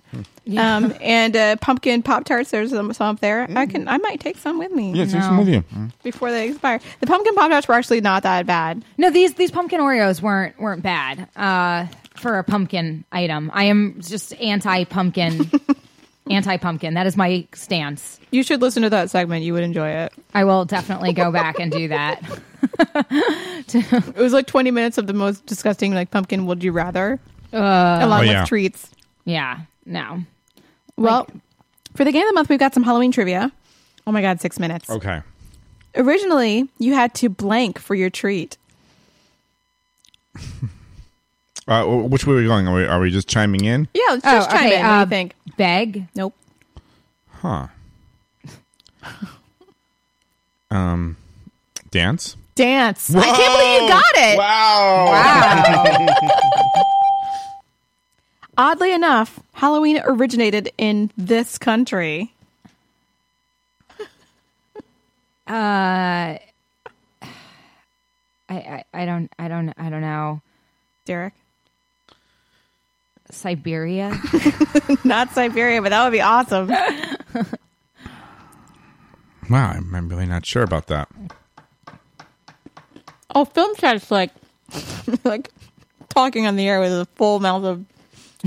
Um, and uh, pumpkin pop tarts. There's some, some up there. Mm. I can. I might take some with me. Yeah, take some with you. before they expire. The pumpkin pop tarts were actually not that bad. No, these these pumpkin Oreos weren't weren't bad uh, for a pumpkin item. I am just anti pumpkin, anti pumpkin. That is my stance. You should listen to that segment. You would enjoy it. I will definitely go back and do that. It was like 20 minutes of the most disgusting like pumpkin. Would you rather? Uh, Oh, Along with treats. Yeah. No. Well, for the game of the month, we've got some Halloween trivia. Oh my god, six minutes. Okay. Originally, you had to blank for your treat. Uh, wh- which way are we going? Are we, are we just chiming in? Yeah, let's Oh, just chime okay, in. What do uh, you think? Beg? Nope. Huh. Um, dance. Dance. I can't believe you got it. Wow. Oddly enough, Halloween originated in this country. Uh, I, I I don't I don't I don't know. Derek. Siberia. Not Siberia, but that would be awesome. Wow, I'm, I'm really not sure about that. Oh, film chat's like like talking on the air with a full mouth of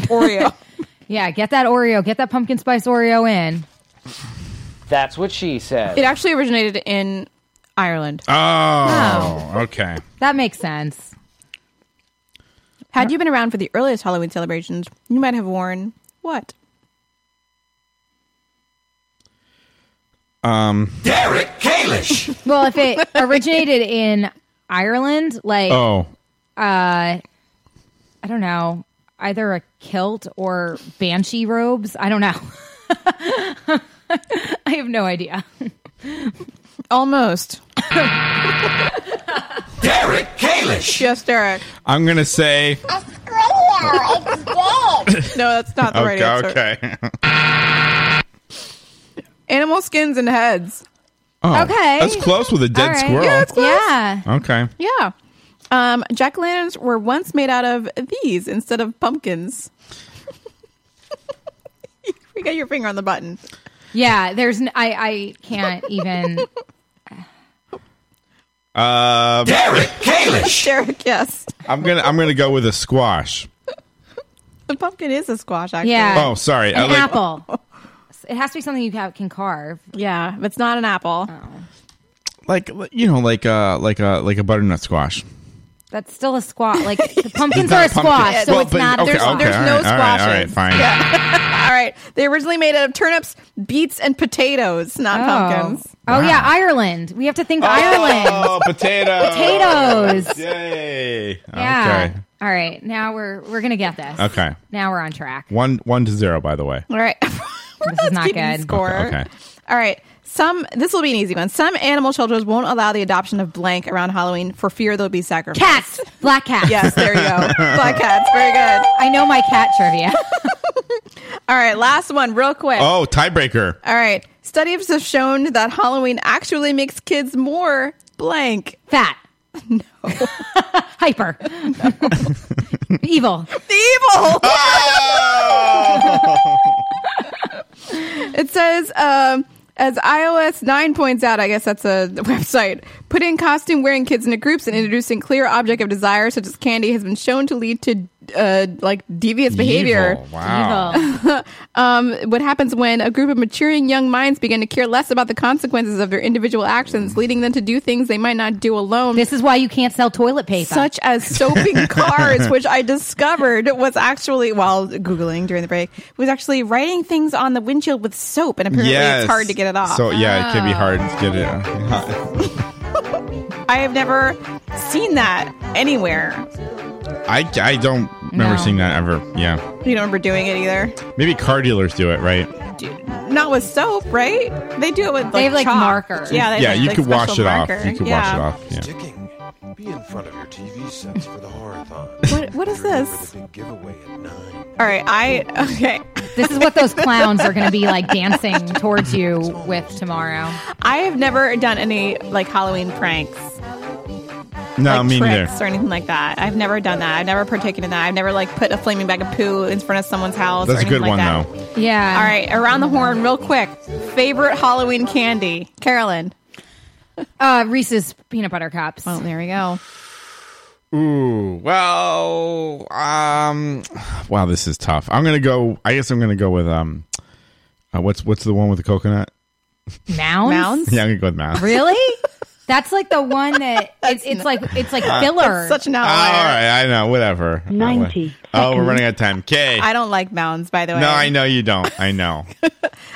Oreo. yeah, get that Oreo, get that pumpkin spice Oreo in. That's what she said. It actually originated in Ireland. Oh, okay. That makes sense. Had you been around for the earliest Halloween celebrations, you might have worn what? Um, Derek Kalish. Well, if it originated in Ireland, like oh, uh, I don't know, either a kilt or banshee robes. I don't know. I have no idea. Almost. Derek Kalish. Yes, Derek. I'm going to say. no, that's not the right okay, answer. okay. Animal skins and heads. Oh, Okay. That's close with a dead All right. squirrel. Yeah, that's close. Yeah. Okay. Yeah. Um, Jack o' lanterns were once made out of these instead of pumpkins. you got your finger on the button. Yeah, there's. N- I I can't even. Um, Derek Kalish. Derek, yes. I'm gonna I'm gonna go with a squash. The pumpkin is a squash, actually. Yeah. Oh, sorry. An I like- apple. It has to be something you ca- can carve. Oh, Yeah, if it's not an apple, Like you know, like uh like a like a butternut squash. that's still a squash. Like the pumpkins Not are a a pumpkin. squash, so Well, it's but- not. okay, there's okay, there's all no right, all right, all squashes. right, fine. All right. They originally made out of turnips, beets, and potatoes, not Oh. pumpkins. Oh yeah, Ireland. We have to think Ireland. Oh, potatoes. Potatoes. Yay. Yeah. All right. Now we're we're gonna get this. Okay. Okay. Now we're on track. One one to zero, by the way. All right. We're This is not keeping good. Score. Okay, okay. All right. Some this will be an easy one. Some animal shelters won't allow the adoption of blank around Halloween for fear they'll be sacrificed. Cats. Black cats. Yes, there you go. Black cats. Very good. I know my cat trivia. All right, last one, real quick. Oh, tiebreaker. All right. Studies have shown that Halloween actually makes kids more blank. Fat. No. Hyper. Evil. Evil. It says, um, as iOS 9 points out, I guess that's a website, putting costume wearing kids into groups and introducing clear object of desire, such as candy, has been shown to lead to uh, like devious behavior. Evil. Wow. um, what happens when a group of maturing young minds begin to care less about the consequences of their individual actions, leading them to do things they might not do alone. This is why you can't sell toilet paper. Such as soaping cars, which I discovered was actually while googling during the break was actually writing things on the windshield with soap, and apparently Yes. it's hard to get it off. Oh. So yeah, it can be hard to get it. uh, Ah. I have never seen that anywhere. I I don't remember No. seeing that ever. Yeah. You don't remember doing it either. Maybe car dealers do it, right? Not with soap, right? They do it with like, They have, like, chalk. markers. Yeah, they have, yeah, like, you like, could wash special it off. marker. You could yeah. wash it off. Yeah. Sticking. Be in front of your TV sets for the horathon. What, what is Remember this? the big giveaway at nine. All right, I okay. This is what those clowns are going to be like dancing towards you with tomorrow. I have never done any like Halloween pranks, No, like me neither. tricks or anything like that. I've never done that. I've never partaken in that. I've never like put a flaming bag of poo in front of someone's house. That's or a good anything like one that. though. Yeah. All right, around the horn, real quick. Favorite Halloween candy, Carolyn. Uh, Reese's peanut butter cups. Oh, there we go. Ooh, well, um, wow, this is tough. I'm gonna go. I guess I'm gonna go with um, uh, what's what's the one with the coconut? Mounds. Yeah, I'm gonna go with mouse. Really? That's like the one that it's, it's like it's like filler. That's such an All outlier. right, I know. Whatever. 90 Oh, we're seconds. running out of time. K. I don't like mounds, by the way. No, I know you don't. I know.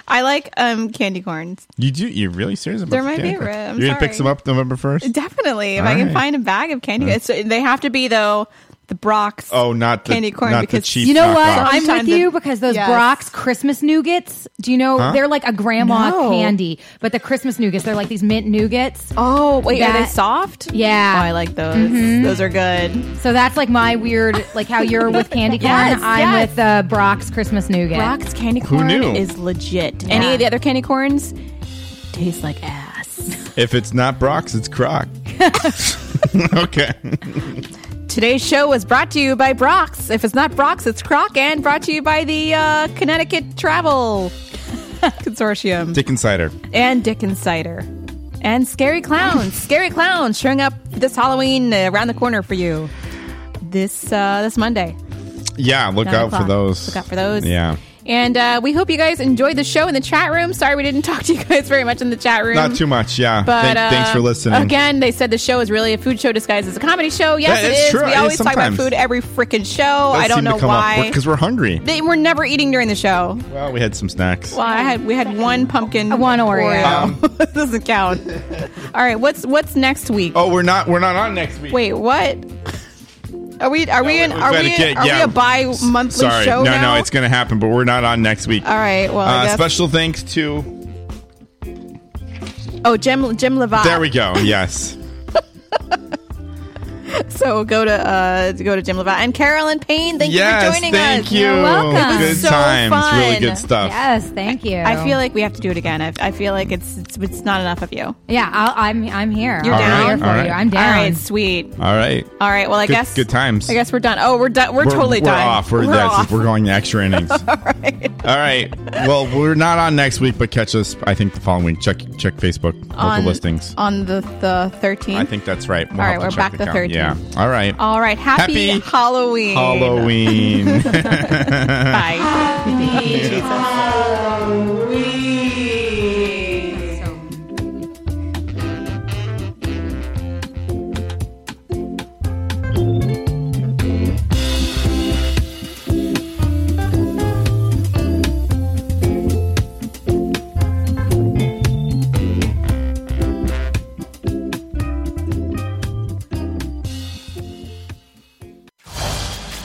I like um candy corns. You do. You're really serious about They're the my candy? favorite. I'm You're gonna pick sorry. some up November first. Definitely, if All I can right. find a bag of candy, it's, they have to be though the Brock's. Oh, not the Candy corn Not because- the cheap. you know what? knockoff. I'm with you because those Yes. Brock's Christmas nougats. Do you know Huh? they're like a grandma No. candy, but the Christmas nougats they're like these mint nougats. Oh wait, are they That- soft? Yeah. oh, I like those. Mhm. Those are good. So that's like my weird, like how you're with candy corn. Yes, I'm yes. with the uh, Brock's Christmas nougat. Brock's candy Who corn knew? is legit. Any of the other candy corns taste like ass. If it's not Brock's, it's Croc. okay. Today's show was brought to you by Brock's. If it's not Brock's, it's Croc, and brought to you by the uh, Connecticut Travel Consortium. Dick Insider. and Dickens cider and scary clowns. scary clowns showing up this Halloween uh, around the corner for you. This uh, this Monday. Yeah, look Nine out for o'clock. those. Look out for those. Yeah. And uh, we hope you guys enjoyed the show in the chat room. Sorry we didn't talk to you guys very much in the chat room. Not too much, yeah. But Thank- uh, thanks for listening. Again, they said the show is really a food show disguised as a comedy show. Yes, That it is is. true. We It is always talk about sometimes. food every freaking show. I don't know why. because we're hungry. They were never eating during the show. Well, we had some snacks. Well, I had we had one pumpkin, one Oreo. Um, Doesn't count. All right, what's what's next week? Oh, we're not we're not on next week. Wait, what? Are we? Are we in? we've Are got we? a in- kid, Are we yeah. a bi-monthly Sorry. show no, now? no, it's going to happen, but we're not on next week. All right. Well, I uh, guess- special thanks to. oh, Jim Jim Levat. There we go. Yes. So go to uh, go to Jim Levat and Carolyn Payne. Thank you Yes, for joining thank us. you. You're welcome. It Good was so times, Fun. really good stuff. Yes, thank you. I feel like we have to do it again. I, I feel like it's, it's it's not enough of you. yeah, I'll, I'm I'm here. You're I'm down? Here for All right. you. I'm down. All right, sweet. All right. All right. Well, I Good- guess good times. I guess we're done. Oh, we're done. We're, totally we're done. Off. We're, yes, off. we're going extra innings. All right. Well, we're not on next week, but catch us. I think the following week. Check check Facebook local on listings. on the the thirteenth. I think that's right. All have right, to we're check back the count. 13th. Yeah. All right. All right. Happy, Happy Halloween. Halloween. Bye. Oh.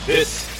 This